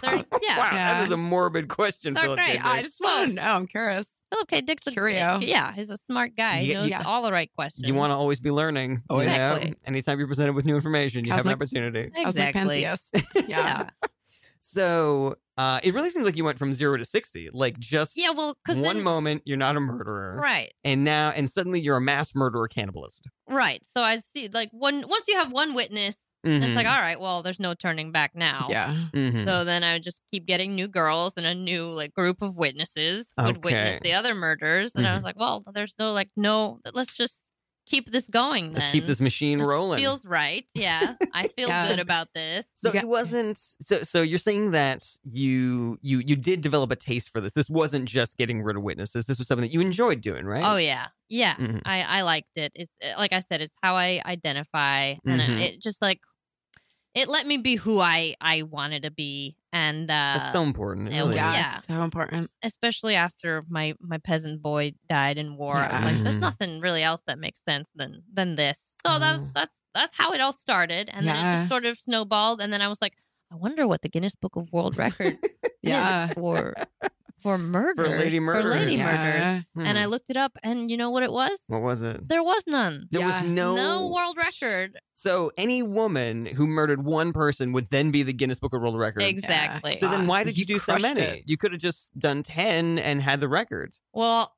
They're- yeah. Wow, that Yeah. is a morbid question, They're Philip. great. K. Dick. I just want to know. I'm curious. Philip K. Dick's a Curio. Yeah, he's a smart guy. He Yeah, knows yeah. all the right questions. you want to always be learning. Oh, you know? Exactly. Anytime you're presented with new information, you How's have an my- opportunity. I was like, exactly. Yeah. Pantheus. Yeah. So uh, it really seems like you went from zero to sixty, like just Yeah. Well, because one moment you're not a murderer, Right. and now and suddenly you're a mass murderer cannibalist. Right. So I see. Like one. Once you have one witness, it's Mm-hmm. like all right. Well, there's no turning back now. Yeah. Mhm. So then I would just keep getting new girls and a new like group of witnesses would Okay. witness Mm-hmm. the other murders, and I was like, well, there's no like no. Let's just keep this going. Then Let's keep this machine This rolling. Feels right. Yeah. I feel Yeah. good about this. so Yeah. it wasn't so so you're saying that you you you did develop a taste for this. This wasn't just getting rid of witnesses. This was something that you enjoyed doing, right? Oh yeah, yeah. Mhm. I I liked it. It's uh, like I said, it's how I identify, and Mhm. it just like it let me be who I I wanted to be, and uh, That's so important. It yeah, really yeah, is. It's so important. especially after my my peasant boy died in war, I was Yeah. like, there's Mhm. nothing really else that makes sense than than this. So that was Oh. that's that's how it all started, and then it Yeah. just sort of snowballed, and then I was like, I wonder what the Guinness Book of World Record is Yeah. for for murder lady for lady murders. murders. Yeah. Hmm. And I looked it up, and you know what it was? what was it? There was none. There Yeah. was no world record. So any woman who murdered one person would then be the Guinness Book of World Record. Exactly. So then why Ah, did you, you do so crushed many? it. You could have just done 10 and had the record. well,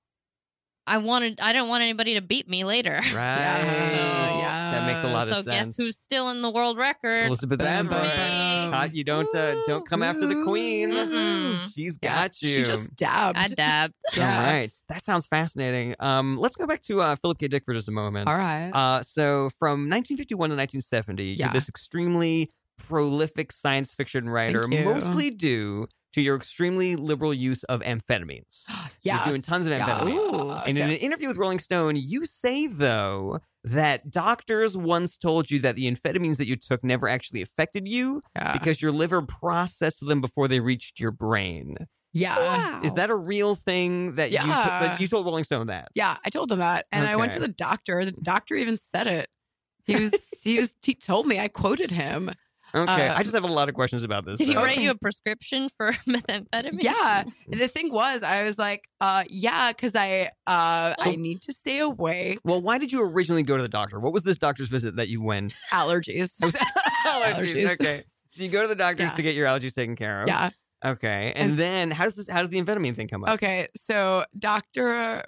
I wanted I don't want anybody to beat me later. Right. Yeah. That makes a lot so of sense. guess who's still in the world record? Elizabeth Boom, boom, Everett. boom. Mm-hmm. Todd, you don't uh, don't come after the queen. Mm-mm. She's Yeah. got you. She just dabbed. Mm-hmm. I dabbed. All Yeah. right. That sounds fascinating. Um, let's go back to uh, Philip K. Dick for just a moment. All right. Uh, so from 1951 to 1970, Yeah. you're this extremely prolific science fiction writer, Thank you. mostly due to your extremely liberal use of amphetamines. yeah. You're doing tons of amphetamines. And in an interview with Rolling Stone, you say, though, that doctors once told you that the amphetamines that you took never actually affected you yeah. because your liver processed them before they reached your brain. yeah. Is that a real thing that, you, Yeah. that you told Rolling Stone that? Yeah, I told them that, and I went to Okay. the doctor. The doctor even said it. He was he was he told me. I quoted him. Okay. Uh, I just have a lot of questions about this. Did he though. write you a prescription for methamphetamine? Yeah. The thing was, I was like, uh, yeah, because I uh, Oh. I need to stay away Well, why did you originally go to the doctor? What was this doctor's visit that you went? allergies. It was allergies. Allergies. Okay. So you go to the doctors Yeah. to get your allergies taken care of. Yeah. Okay. And, then how does this how does the amphetamine thing come up? Okay. So Doctor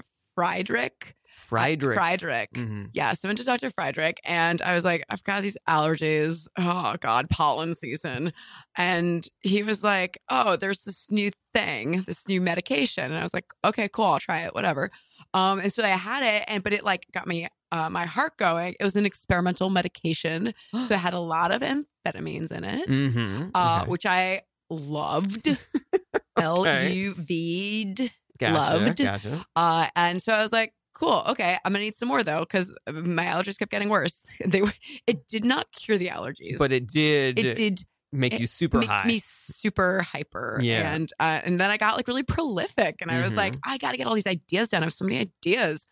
Friedrich. Friedrich. Uh, Friedrich. hmm Yeah, so I went to Dr. Friedrich and I was like, I've got these allergies. Oh, God, pollen season. And he was like, Oh, there's this new thing, this new medication. And I was like, Okay, cool, I'll try it, whatever. Um, and so I had it, and but it like got me uh, my heart going. It was an experimental medication, so it had a lot of amphetamines in it, hmm uh, which I loved. L U V D. loved. Gotcha. Uh, and so I was like, cool, okay, I'm gonna need some more though because my allergies kept getting worse. They were, it did not cure the allergies, But it did, it did make it you super make high. me super hyper. Yeah. and uh, and then I got like really prolific, and I was Mhm. like, I gotta get all these ideas down. I have so many ideas.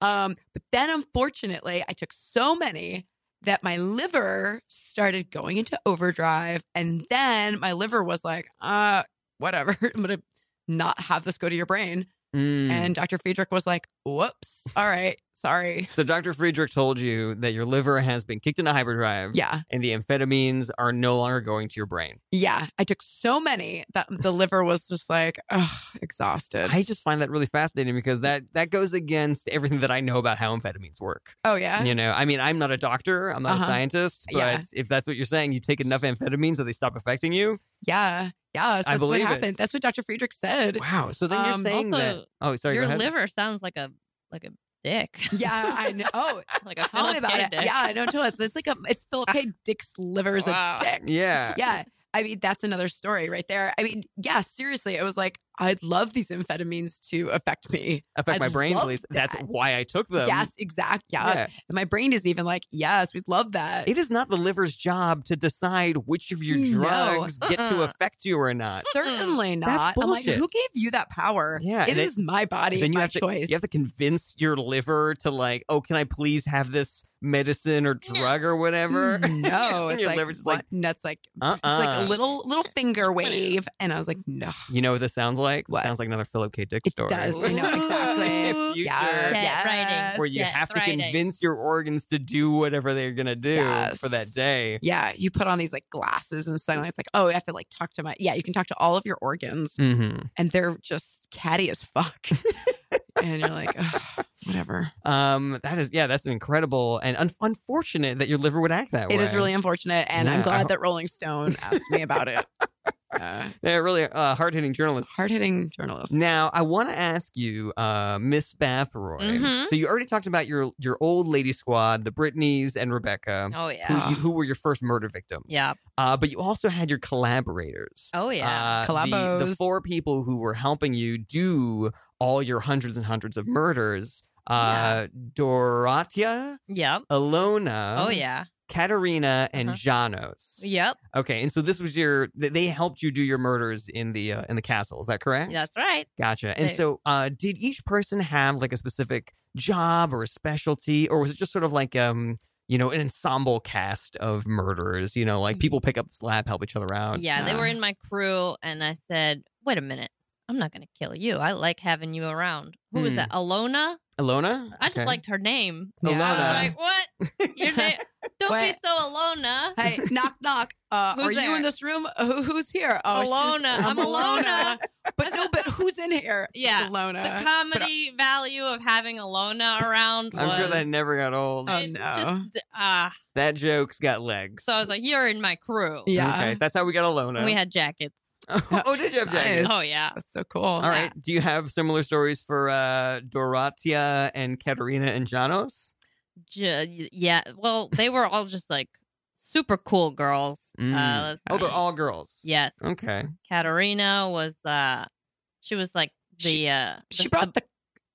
Um, but then unfortunately, I took so many. That my liver started going into overdrive. And then my liver was like, uh, whatever. I'm going to not have this go to your brain. Mm. And Dr. Friedrich was like, whoops, all right, sorry. so Dr. Friedrich told you that your liver has been kicked into hyperdrive Yeah, and the amphetamines are no longer going to your brain. yeah. I took so many that the liver was just like, ugh, exhausted. I just find that really fascinating because that that goes against everything that I know about how amphetamines work. oh, yeah. You know, I mean, I'm not a doctor, I'm not a Uh-huh. scientist, but Yeah. if that's what you're saying, you take enough amphetamines that they stop affecting you. Yeah, yeah. so that's believe it. what happened. That's what Dr. Friedrich said. Wow. So then Um, you're saying that. also, Oh, sorry. go Your ahead. liver sounds like a like a dick. Yeah, I know. Oh, like a tell me Philip about K. it. Dick. Yeah, I know. Tell it's it's like a it's Philip K. Dick's liver is Wow. a dick. Yeah. Yeah. I mean, that's another story right there. I mean, yeah, seriously, it was like, I'd love these amphetamines to affect me. Affect I'd my brain, love please. That's that. why I took them. yes, exact. Yes. Yeah. And my brain is even like, yes, we'd love that. It is not the liver's job to decide which of your No. drugs get to Uh-uh. affect you or not. Certainly not. That's I'm like, bullshit. who gave you that power? Yeah, it and it- is my body, then you my have to choice. you have to convince your liver to like, oh, can I please have this medicine or drug or whatever. Mm, No, And it's your like, liver's what? like, and that's like Uh-uh. it's like a little little finger wave, and I was like, no, you know what this sounds like? What? Sounds like another Philip K. Dick It story. does. I know exactly. Future. Yeah, Cat writing. Where you Yes, have to right. convince your organs to do whatever they're gonna do Yes. for that day. yeah, you put on these like glasses and sunlight. It's like, oh, I have to like talk to my yeah. You can talk to all of your organs, Mm-hmm. and they're just catty as fuck. and you're like, "Ugh, whatever. Um, that is, yeah, that's incredible and un- unfortunate that your liver would act that way. It is really unfortunate, and Oh, Yeah, I I'm glad hope- that Rolling Stone asked me about it. Uh, They're really uh, hard hitting journalists. Hard hitting journalist. Now, I want to ask you, uh, Miss Bathroy. Mhm. Mm-hmm. So you already talked about your your old lady squad, the Britneys and Rebecca, Oh who, yeah. you, who were your first murder victims. Yeah. Uh, but you also had your collaborators. Oh yeah. Uh, the, the Collabos. four people who were helping you do all your hundreds and hundreds of murders. Uh, Dorothea, yep. Alona, Oh yeah. Katerina, and Uh-huh. Janos. Yep. Okay, and so this was your th- they helped you do your murders in the uh, in the castle. Is that correct? That's right. Gotcha. And They- so, uh, did each person have like a specific job or a specialty, or was it just sort of like um, you know, an ensemble cast of murderers? You know, like people pick up the slab, help each other out. Mm. Yeah, they yeah. were in my crew, and I said, "Wait a minute, I'm not going to kill you. I like having you around." Who was Hmm. that? Alona. Alona. I just Okay. liked her name. Alona. I was Yeah. like, "What? Your name? Don't What? be so Alona." Hey, knock knock. Uh, Who's are you there? in this room? Uh, who, who's here? Oh, she's- Alona. I'm Alona. but no, but who's in here? It's Yeah. Uh, Alona. The comedy value of having Alona around. Was, I'm sure that never got old. Oh, it no. Just, uh, that joke's got legs. so I was like, "You're in my crew." Yeah. Okay, that's how we got Alona. And we had jackets. oh, did you have jackets? Nice. Oh yeah. That's so cool. All right. Do you have similar stories for uh, Dorothea and Katerina and Janos? J- yeah. Well, they were all just like super cool girls. Mm. Uh, let's Oh, they're see. all girls. Yes. Okay. Katerina was uh she was like the She- uh She the- brought the.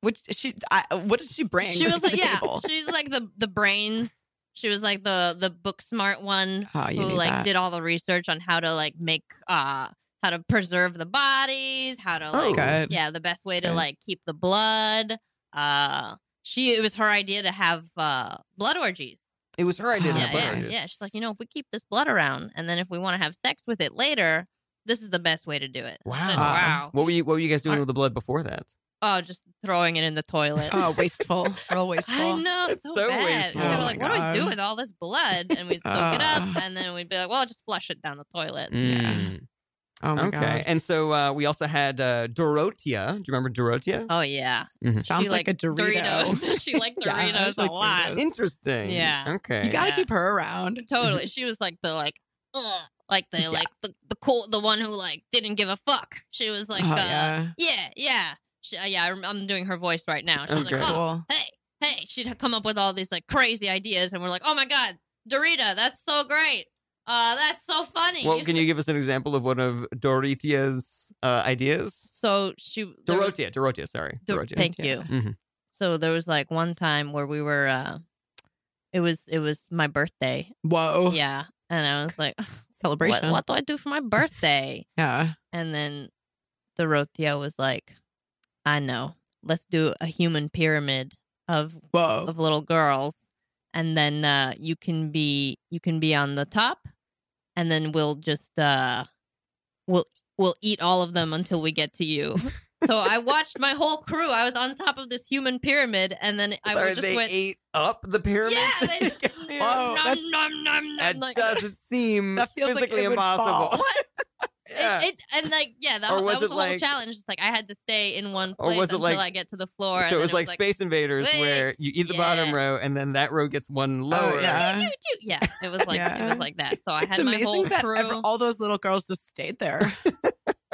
Which she? I, what did she bring? she was to like the yeah Table? she was like the the brains she was like the the book smart one Oh, you who need like that. did all the research on how to like make uh how to preserve the bodies how to Oh. like Good. yeah the best way to good. like keep the blood uh she it was her idea to have uh blood orgies It was her idea to Yeah, have blood yeah, yeah, orgies. yeah. She's like, you know, if we keep this blood around, and then if we want to have sex with it later, this is the best way to do it. Wow. I said, wow. What were you What were you guys doing with the blood before that? Oh, just throwing it in the toilet. Oh, wasteful. Real wasteful. I know, That's it's so, so bad. wasteful. We were Oh like, my what do we do God. with all this blood? And we'd soak it up, Ugh. and then we'd be like, well, just flush it down the toilet. Mm. Oh my okay. god. And so uh, we also had uh, Dorothea. Do you remember Dorothea? Oh yeah, Mhm. Sounds She like a liked Dorito. Doritos. she liked Yeah, I Doritos like a lot. Doritos. Interesting. Yeah. Okay. You gotta Yeah. keep her around. Totally, she was like the like, ugh, like the Yeah. like the, the cool the one who like didn't give a fuck. She was like, Oh, uh, yeah, yeah. yeah, She, uh, yeah. I rem- I'm doing her voice right now. She was Okay. like, oh, Cool. hey, hey, she'd come up with all these like crazy ideas, and we're like, oh my god, Dorita, that's so great. Uh, that's so funny. Well, can you give us an example of one of Dorothea's uh, ideas? So she there was- Dorothea. Dorothea. Sorry. Dor- Dorothea. Thank Yeah. Mm-hmm. you. Mhm. So there was like one time where we were, uh it was it was my birthday, Oh. Whoa. yeah, and I was like, what, Celebration. what do I do for my birthday? Yeah. And then the Dorothea was like, I know, let's do a human pyramid of Oh. Whoa. of little girls and then uh, you can be you can be on the top and then we'll just uh we'll we'll eat all of them until we get to you so i watched my whole crew i was on top of this human pyramid and then i Sorry, was just they went ate up the pyramid. yeah they just Whoa, nom, nom, that's- nom, nom, that nom, like, doesn't seem That feels like it physically would impossible. fall. What? yeah. it, it, and like yeah that, Or that was was, it the whole like- challenge just like i had to stay in one Or place was it until like- i get to the floor and so then it was like Space Invaders, wait, where you eat the bottom yeah. row, and then that row gets one lower. yeah. "Choo, choo, choo." yeah it was like it Yeah. was like that so i It's had my whole amazing that crew ev- all those little girls just stayed there.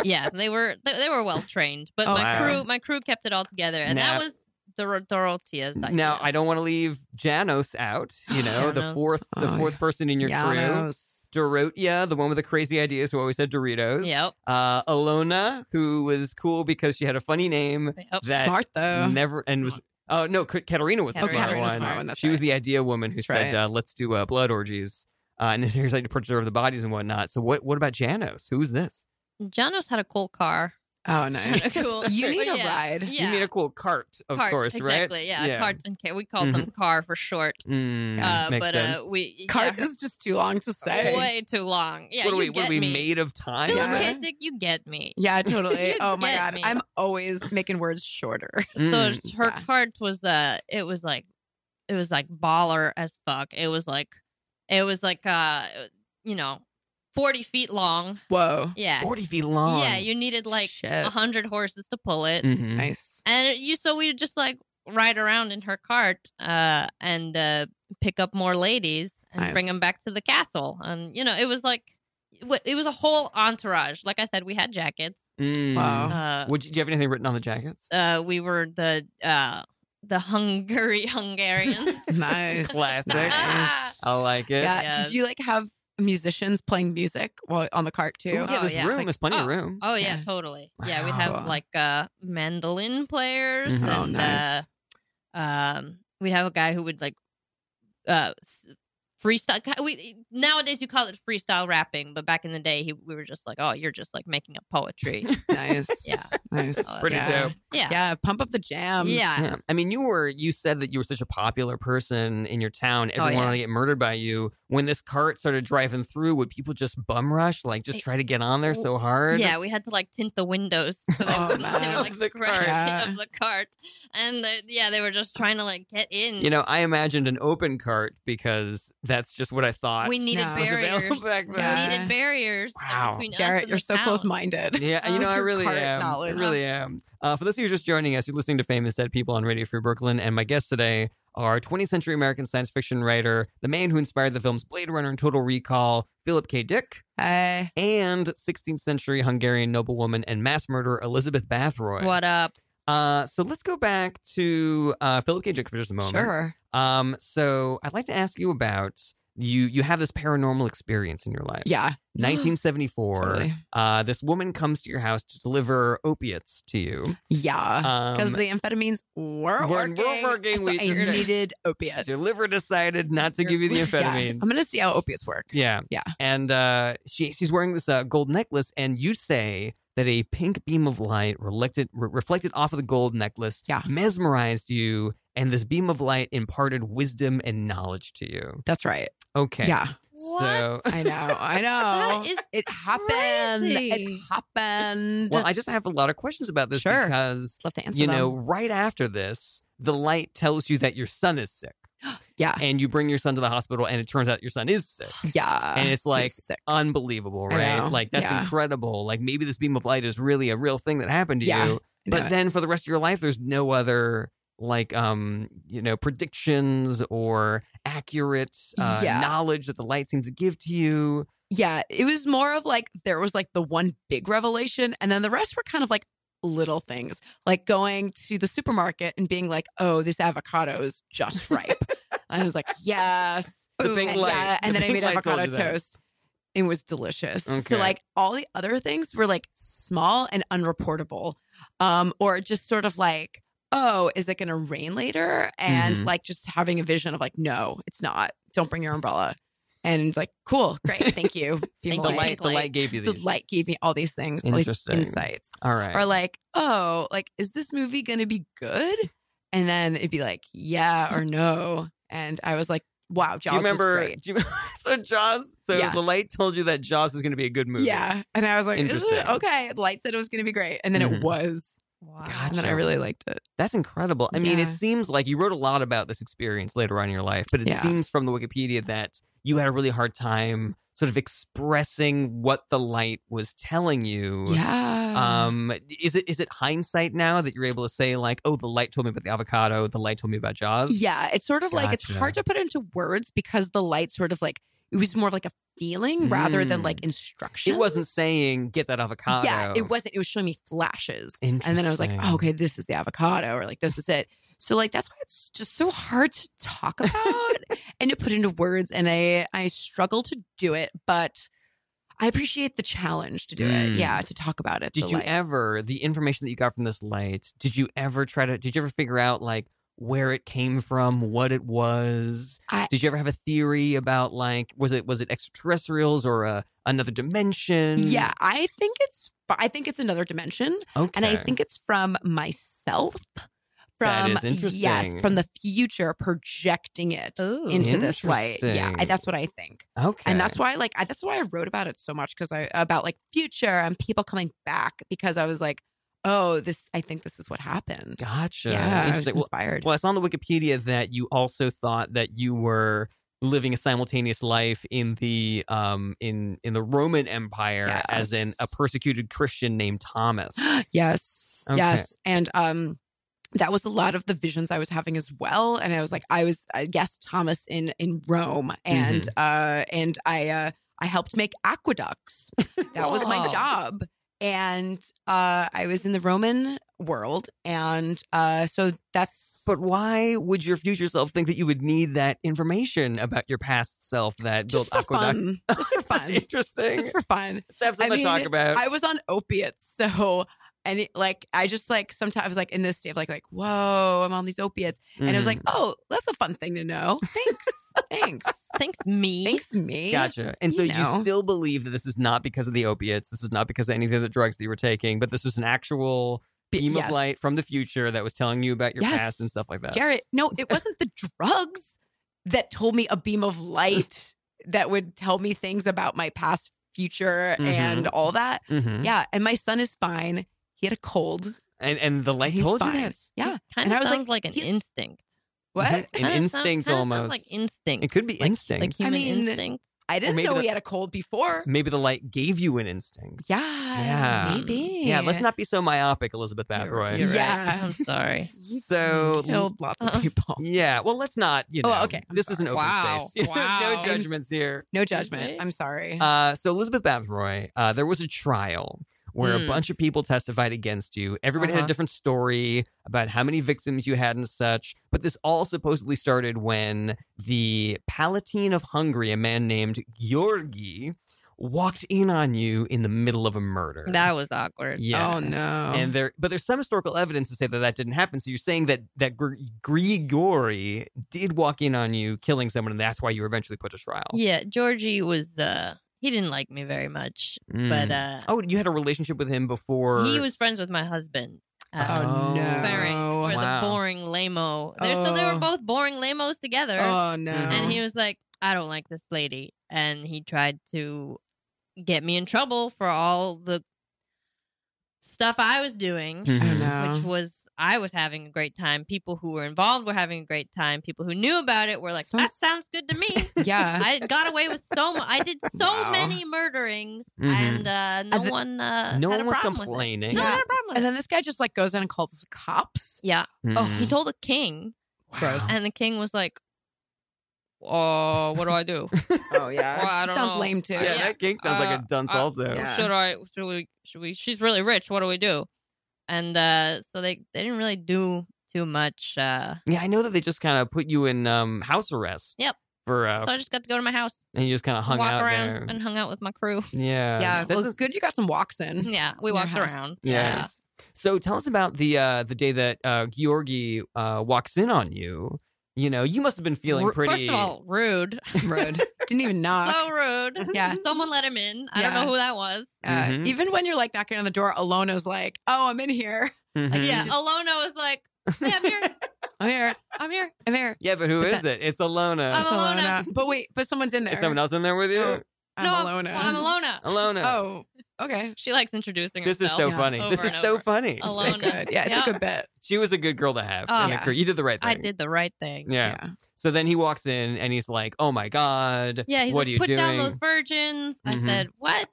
yeah, they were they, they were well trained, but Oh, my wow. crew my crew kept it all together, and Now- that was Dor- Dorothea's idea. Now I don't want to leave Janos out. You know, the Oh, Janos. fourth, the Oh, fourth person in your crew. Janos. Dorothea, the one with the crazy ideas who always had Doritos. yep, Uh, Alona, who was cool because she had a funny name. yep. That Smart though. Never and was. Oh no, Ka- Katerina was the Katerina. smart Katerina one. was the smart one, that's she was right. the idea woman who That's said, right. uh, "Let's do uh, blood orgies." Uh, and here's like to preserve the bodies and whatnot. So what? What about Janos? Who's this? Janos had a cool car. Oh, nice. cool. You need But a ride. You Yeah. You mean a cool cart, of Carts, course, exactly. right? Yeah, carts and car. We call them car for short. Mm, Uh, makes but sense. uh, we Cart yeah, is just too long Oh, to say. way too long. Yeah, what are you we? What get are we me. made of time? Philip Yeah. K. Dick, you get me. Yeah, totally. Oh my Get god, me. I'm always making words shorter. so Mm. it's- her yeah. cart was uh it was like it was like baller as fuck it was like it was like uh you know 40 feet long Whoa, yeah Forty feet long. yeah you needed like a Shit. Mm. 100 horses to pull it Mhm. Mm-hmm. nice. and it- you so we would just like ride around in her cart uh and uh pick up more ladies and bring 'em Nice. bring them back to the castle and you know it was like w- it was a whole entourage like i said we had jackets Mm. Wow. uh Would you, do you have anything written on the jackets? uh, we were the uh, the Hungary Hungarians. Nice. Classic. Nice. I like it. Yeah. Yes. Did you like have musicians playing music while on the cart Ooh, too? yeah, Oh, there's yeah. room. there's plenty of oh, room. oh yeah, Yeah. totally. Yeah, we'd Wow. have like uh, mandolin players Mhm. Oh, and nice. uh, um, we'd have a guy who would like uh, s- freestyle. ki- We nowadays you call it freestyle rapping, but back in the day he, we were just like, oh, you're just like making up poetry. nice. Yeah. Nice. Pretty yeah. dope. yeah, Yeah. Pump up the jams. yeah. Yeah. I mean, you were, you said that you were such a popular person in your town. Everyone Oh, yeah. wanted to get murdered by you. When this cart started driving through, would people just bum rush, like just It- try to get on there so hard? Yeah, we had to like tint the windows. So they, Oh, wouldn't- they man. were like Of the scratching cart. up the cart, and the, yeah, they were just trying to like get in. You know, I imagined an open cart because that's just what I thought. we needed No. was barriers. available back then. Yeah. We needed barriers. Wow. between us uh, Jarrett, and you're the so town. close-minded. Yeah, you With know, I your really cart am. knowledge. I really am. Uh, for those of you just joining us, you're listening to Famous Dead People on Radio Free Brooklyn, and my guests today are 20th century American science fiction writer, the man who inspired the films Blade Runner and Total Recall, Philip K. Dick, Hey. and 16th century Hungarian noblewoman and mass murderer Elizabeth Bathroy. What up? Uh, so let's go back to uh, Philip K. Dick for just a moment. Sure. Um, so I'd like to ask you about you. You have this paranormal experience in your life. Yeah. 1974. Totally. Uh, this woman comes to your house to deliver opiates to you. Yeah. Because Um, Uh, the amphetamines were when we're working. working, so we I just- needed opiates. your liver decided not to give you the Yeah. amphetamines. I'm gonna see how opiates work. Yeah. Yeah. And uh, she she's wearing this uh, gold necklace, and you say that a pink beam of light reflected re- reflected off of the gold necklace Yeah. mesmerized you, and this beam of light imparted wisdom and knowledge to you. That's right. Okay. Yeah. So. I know. I know. That is it happened. It crazy. happened. Well, I just have a lot of questions about this Sure. because love to answer. you them. know, right after this, the light tells you that your son is sick, Yeah. and you bring your son to the hospital, and it turns out your son is sick. Yeah. And it's You're like- sick. Unbelievable, I right? know. Like that's Yeah. incredible. Like maybe this beam of light is really a real thing that happened to Yeah. you. I know But it. then for the rest of your life, there's no other like um you know predictions or accurate uh, Yeah. knowledge that the light seems to give to you. yeah, it was more of like there was like the one big revelation, and then the rest were kind of like little things, like going to the supermarket and being like, "Oh, this avocado is just ripe," and I was like, "Yes." The Ooh, pink and light. yeah, and The then I pink made light told you avocado that. toast. It was delicious. Okay. So like all the other things were like small and unreportable, um, or just sort of like, "Oh, is it going to rain later?" And Mhm. like just having a vision of like, "No, it's not. Don't bring your umbrella." And like, cool, great, thank you. Thank The Beam of light, you. light. the light. light gave you The these. light gave me all these things, all these Interesting. insights. All right. Or like, oh, like, is this movie gonna be good? And then it'd be like, yeah or no. And I was like, wow, Jaws do you remember? was great. Do you, so Jaws. So Yeah. the light told you that Jaws was going to be a good movie. Yeah. And I was like, is it- Interesting. okay. The light said it was gonna be great. And then Mhm. it was. Wow. And then I Gotcha. really liked it. That's incredible. I mean, it Yeah. seems like you wrote a lot about this experience later on in your life, but it Yeah. seems from the Wikipedia that you had a really hard time sort of expressing what the light was telling you. Yeah. Um, is it is it hindsight now that you're able to say like, oh, the light told me about the avocado, the light told me about Jaws? Yeah, it's sort of like it's Gotcha. hard to put into words because the light sort of like it was more of like a feeling rather than like instruction. Mm. It wasn't saying get that avocado. Yeah, it wasn't. It was showing me flashes. Interesting. And then I was like, oh, okay, this is the avocado, or like, this is it. So, like, that's why it's just so hard to talk about and to put into words. And I, I struggle to do it, but I appreciate the challenge to do Mm. it. Yeah, to talk about it. Did the, you like- ever the information that you got from this light? Did you ever try to? Did you ever figure out like where it came from, what it was? I- did you ever have a theory about like was it was it extraterrestrials or a, another uh, dimension? Yeah, I think it's but I think it's another dimension. Okay. And I think it's from myself. That From is interesting. yes, from the future projecting it Ooh. into this light. Yeah, I, Interesting. that's what I think, okay. and that's why like I, that's why I wrote about it so much because I about like future and people coming back because I was like, oh, this I think this is what happened. Gotcha. Yeah, I was Interesting. Well, inspired. Well, I saw on the Wikipedia that you also thought that you were living a simultaneous life in the um in in the Roman Empire as in a Yes. persecuted Christian named Thomas. yes Okay. yes and um that was a lot of the visions i was having as well and i was like i was uh, yes thomas in in rome and Mm-hmm. uh and i uh i helped make aqueducts that was my Wow. job and uh i was in the roman world and uh so that's But why would your future self think that you would need that information about your past self that just for built Aqueduct? fun just for That's fun interesting. just for fun That's something I to talk mean, about. I was on opiates, so and it, like I just like sometimes like in this state of like like whoa, I'm on these opiates, and it was like Mm-hmm. oh, that's a fun thing to know. Thanks, thanks, Thanks, me. thanks me. Mm-hmm. Gotcha. And you so you, know. still believe that this is not because of the opiates, this is not because of any of the other drugs that you were taking, but this was an actual B- beam yes. of light from the future that was telling you about your Yes. past and stuff like that. Garrett. No, it wasn't the drugs that told me a beam of light that would tell me things about my past, future, and all that. Mhm. Yeah, and my son is fine. He had a cold. And and the light He's told you fine. that. Mm-hmm. Yeah. Kind And I of was like, sounds like, an he's- instinct. What? An Kinda sound- instinct kinda sounds almost. like instinct. It could be Like- instinct. Like human mean, instinct. I didn't maybe know the- he had a cold before. Maybe the light gave you an instinct. Yeah. Yeah. Maybe. Yeah, let's not be so myopic, Elizabeth Bathroy. you're right. Yeah. I'm sorry. So killed lots of Uh-uh. people. yeah, well, let's not. You Oh, know, okay. I'm This is an open sorry. space. Wow. Wow. no judgments here. No judgment. Okay. I'm sorry. Uh, so Elizabeth Bathroy, uh, there was a trial where a Mm. bunch of people testified against you. Everybody had Hmm. Uh-huh. a different story about how many victims you had and such. But this all supposedly started when the Palatine of Hungary, a man named Georgi, walked in on you in the middle of a murder. That was awkward. yeah. Oh no. And there, but there's some historical evidence to say that that didn't happen. So you're saying that that Gr- Grigori did walk in on you, killing someone, and that's why you were eventually put to trial. Yeah, Georgie was. uh He didn't like me very much, Mm. but uh Oh, you had a relationship with him before. he was friends with my husband. Uh, oh Oh, no. Very, or wow. the boring lameo. They're So they Oh. were both boring lamos together, oh no. Mm-hmm. and he was like, "I don't like this lady," and he tried to get me in trouble for all the stuff I was doing. oh Mhm. no. which was I was having a great time. People who were involved were having a great time. People who knew about it were like, "That Sounds- sounds good to me." yeah. I got away with so much. I did so Wow. many murderings, Mhm. and uh, no And the- one uh, no had one a was problem complaining. With it. No one Yeah. had a problem with and it. then this guy just like goes in and calls the cops. yeah, Mhm. Oh, he told the king, Gross. and the king was like, "Oh, what do I do? Oh yeah. Well, I He don't sounds know. lame too. yeah, yeah. that king sounds like Uh, a dunce uh, also. yeah. Should I? Should we? Should we? She's really rich. What do we do?" And uh, so they they didn't really do too much. Uh, Yeah, I know that they just kind of put you in um, house arrest. Yep. For uh, so I just got to go to my house, and you just kind of hung walk out around, there. and hung out with my crew. yeah. Yeah. This Well, is- good you got some walks in. Yeah, we Your walked house. around. Yeah. So tell us about the uh, the day that uh, Georgi uh, walks in on you. You know, you must have been feeling Ru- pretty. First of all, uh, rude. Rude. Didn't even knock. So rude. Yeah. Someone let him in. I don't Yeah. know who that was. uh, Mhm. Even when you're like knocking on the door, Alona's like, "Oh, I'm in here. Mhm. like, Yeah. Just- Alona was like, Yeah, I'm here. I'm here. I'm here. I'm here." Yeah, but who But is it? It's Alona. I'm It's Alona. But wait, but someone's in there. Is someone else in there with you? Oh. I'm no, Alona. I'm, well, I'm Alona. Alona. Oh, okay. She likes introducing this is herself. so Yeah. funny. Over This is and so over. funny. It's so Alona. good. Yeah, it's Yeah. a good bit. She was a good girl to have. Oh. in the Yeah. crew. You did the right thing. I did the right thing. Yeah. So then he walks in and he's like, "Oh my god, Yeah, he's what like, are you put doing?" down those virgins. Mhm. I said, What?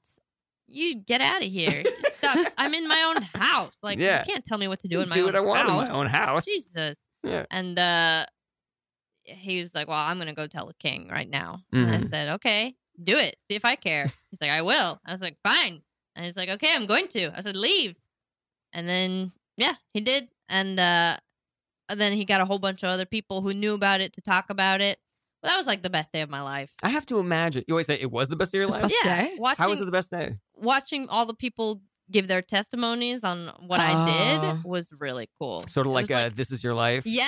You get out of here. Stop. I'm in my own house. Like Yeah. you can't tell me what to do in my do own what I house. want in my own house. Jesus. Yeah. And uh he was like, Well, I'm gonna go tell the king right now. Mm-hmm. And I said, Okay, do it. See if I care. He's like, I will. I was like, Fine. And he's like, Okay, I'm going to. I said, Leave. And then yeah, he did. And uh and then he got a whole bunch of other people who knew about it to talk about it. Well, that was like the best day of my life. I have to imagine. You always say it was the best day of your It's life. Best yeah, day? watching How was it the best day? watching all the people give their testimonies on what I Oh. did was really cool. Sort of It like, was uh, this is your life. yeah,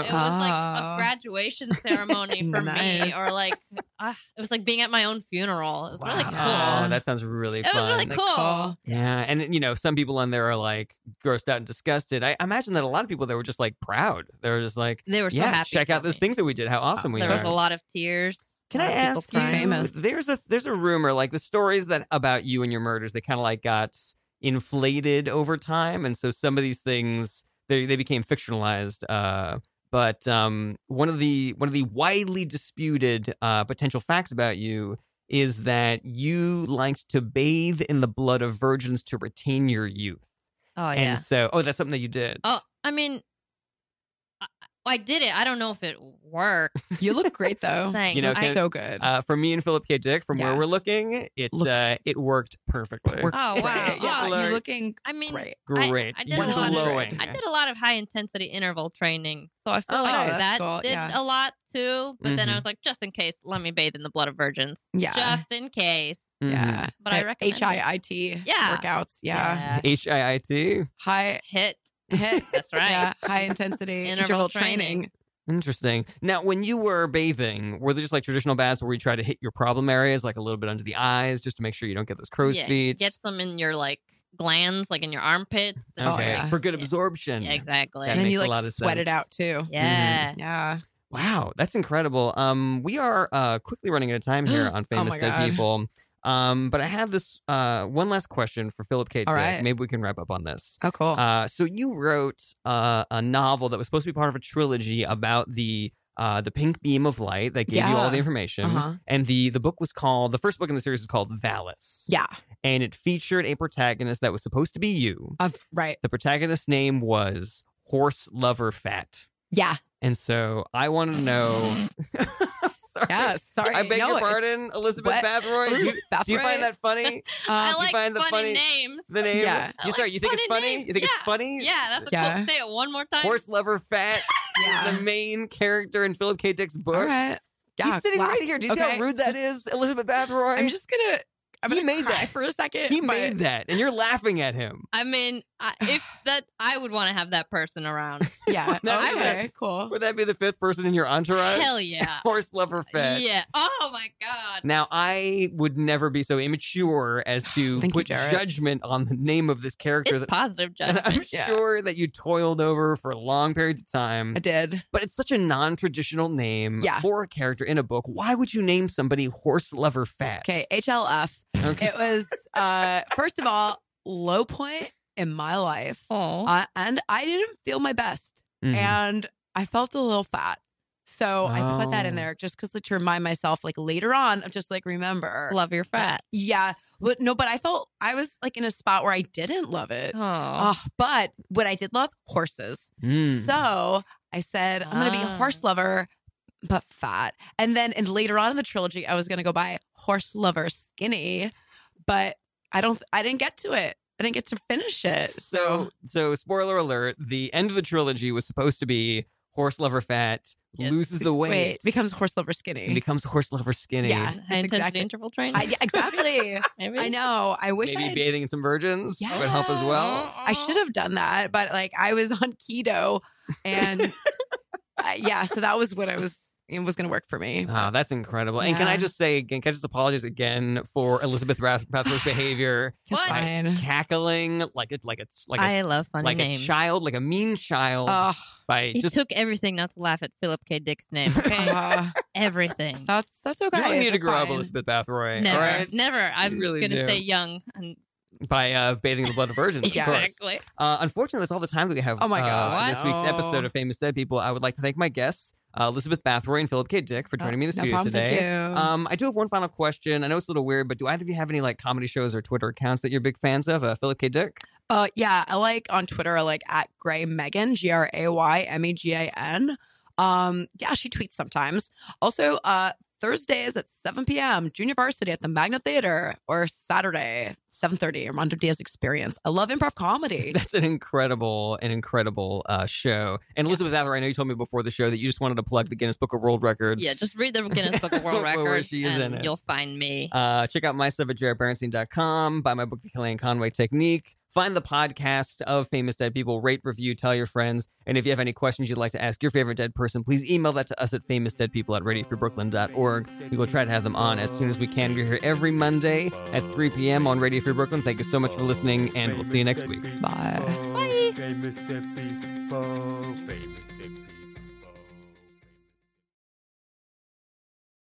You it know? was like a Ah. Oh. graduation ceremony for me, Nice. or like uh, it was like being at my own funeral. It was really Wow, cool. Wow. That sounds really it Oh, fun. was really cool. cool. Yeah, and you know, some people on there are like grossed out and disgusted. I imagine that a lot of people there were just like proud. They were just like, They were so yeah, happy. check for out these me. things that we did. How awesome we There was are. a lot of tears. Can a I lot of people ask you? crying. Famous. There's a there's a rumor like the stories that about you and your murders they kind of like got inflated over time, and so some of these things they they became fictionalized. Uh, but um, one of the one of the widely disputed uh, potential facts about you is that you liked to bathe in the blood of virgins to retain your youth. Oh yeah. And so, oh, that's something that you did. oh, I mean, I, I did it. I don't know if it worked. You look great though. Thanks. You know, Looks can- so good. Uh, for me and Philip K. Dick, from where Yeah. we're looking, it Looks- uh, it worked perfectly. Works Oh, great. wow. Yeah, Oh, you're alert. looking I mean, great. Great. I, I did You're a lot. Of, blowing. I did a lot of high intensity interval training, so I feel Oh, like that's that cool. did Yeah. a lot too. But then Mhm. I was like, just in case, let me bathe in the blood of virgins, Yeah. just in case. Mhm. Yeah. But I recommend it. H I I T Yeah. workouts. Yeah. H I I T. High Hit. hit. That's right. Yeah. High intensity Interval interval, training. training. Interesting. Now, when you were bathing, were they just like traditional baths where you try to hit your problem areas, like a little bit under the eyes, just to make sure you don't get those crow's Yeah, feet? Get some in your like glands, like in your armpits. and- Oh, okay, yeah. Mm-hmm. for good Yeah. absorption. Yeah, exactly. That And then you makes a like lot of sweat it sense. out too. Yeah. Yeah. Wow, that's incredible. Um, we are uh quickly running out of time here on Oh my Famous Dead God. People. Um, but I have this uh one last question for Philip K. All Dick. right. Maybe we can wrap up on this. Oh, cool. Uh, so you wrote uh, a novel that was supposed to be part of a trilogy about the uh, the pink beam of light that gave you all Yeah. the information, Uh-huh. and the the book was called the first book in the series was called Valis, Yeah. and it featured a protagonist that was supposed to be you. Of, right. The protagonist's name was Horse Lover Fat, Yeah. and so I wanted to know. Sorry. Yeah. Sorry. I beg No, your it's- pardon, Elizabeth what? Bathory. Do you, That's do you right. find that funny? Um, I Oh, you like find the funny, funny- names. The name? Yeah. I You like sorry? You think it's funny funny? names. You think Yeah. it's funny? Yeah, that's a Yeah. cool. Say it one more time. Horse Lover Fat. yeah. the main character in Philip K. Dick's book. All right. Yeah. He's sitting wow. right here. Do you see Okay. how rude that is, Elizabeth Bathory? I'm just gonna. I'm He gonna made cry that. for a second. he but- made that, and you're laughing at him. I mean, I, if that I would want to have that person around. Yeah. No, I okay. Cool. Would that be the fifth person in your entourage? Hell yeah. Horse Lover Fat. yeah. Oh my god. Now, I would never be so immature as to Thank you, put Jarrett. judgment on the name of this character. It's that, positive and judgment. I'm Yeah. sure that you toiled over for long periods of time. I did. But it's such a non traditional name Yeah. for a character in a book. Why would you name somebody Horse Lover Fat? Okay. HLF. Okay. It was uh first of all low point in my life, Oh. uh, and I didn't feel my best, Mhm. and I felt a little fat. So I put that in Oh. there just because to remind myself, like later on, I'm just like remember, Uh, Love your fat. yeah, but no, but I felt I was like in a spot where I didn't love it. Oh. Uh, but what I did love horses. Mm. So I said, I'm going to be a Ah. horse lover, but fat. And then and later on in the trilogy, I was going to go buy horse lover skinny, but I don't, I didn't get to it. I didn't get to finish it. So, So so spoiler alert: the end of the trilogy was supposed to be horse lover fat Yes. loses the weight, wait, becomes horse lover and skinny. becomes horse lover skinny. Yeah, High that's intensity exactly- interval training. I, yeah, exactly. Maybe? I know. I wish I, Maybe had- bathing in some virgins would help as well. I should have done that, but like I was on keto and uh, yeah, so that was what I was, it was going to work for me. Oh, that's incredible. And can I Yeah. just say again, can I just apologize again for Elizabeth Rath- Rathber's behavior? That's What? fine. Cackling like a like a like a I love funny like names. a child, like a mean child Ugh. by It just took everything not to laugh at Philip K. Dick's name. Okay, Uh, everything. that's, that's okay. you really need to That's grow up, fine. Elizabeth Bathory. Never, All right. never. I'm really gonna do. stay young. And, By uh, bathing in the blood of virgins, of course. exactly. Uh, unfortunately, that's all the time that we have. Oh my uh, God. for this week's No. episode of Famous Dead People. I would like to thank my guests, uh, Elizabeth Bathory and Philip K. Dick, for joining me in the Uh, no studio problem, today. Thank you. Um, I do have one final question. I know it's a little weird, but do either of you have any like comedy shows or Twitter accounts that you're big fans of? Uh, Philip K. Dick. Uh, yeah, I like on Twitter, I like at Gray Megan, G R A Y M E G A N. Um, yeah, she tweets sometimes. Also, uh, Thursdays at 7 p.m. Junior Varsity at the Magna Theater, or Saturday 7:30 Armando Diaz Experience. I love improv comedy. That's an incredible, an incredible uh, show. And Elizabeth Ather, I know you told me before the show that you just wanted to plug the Guinness Book of World Records. Yeah, just read the Guinness Book of World Where Records she is in and it. you'll find me. Uh, check out my stuff at jaredberenstein.com. Buy my book, The Kellyanne Conway Technique. Find the podcast of Famous Dead People. Rate, review, tell your friends. And if you have any questions you'd like to ask your favorite dead person, please email that to us at famousdeadpeople at radioforbrooklyn.org. We will try to have them on as soon as we can. We're here every Monday at 3 p.m. on Radio Free Brooklyn. Thank you so much for listening, and we'll see you next week. Bye. Bye. Famous dead people.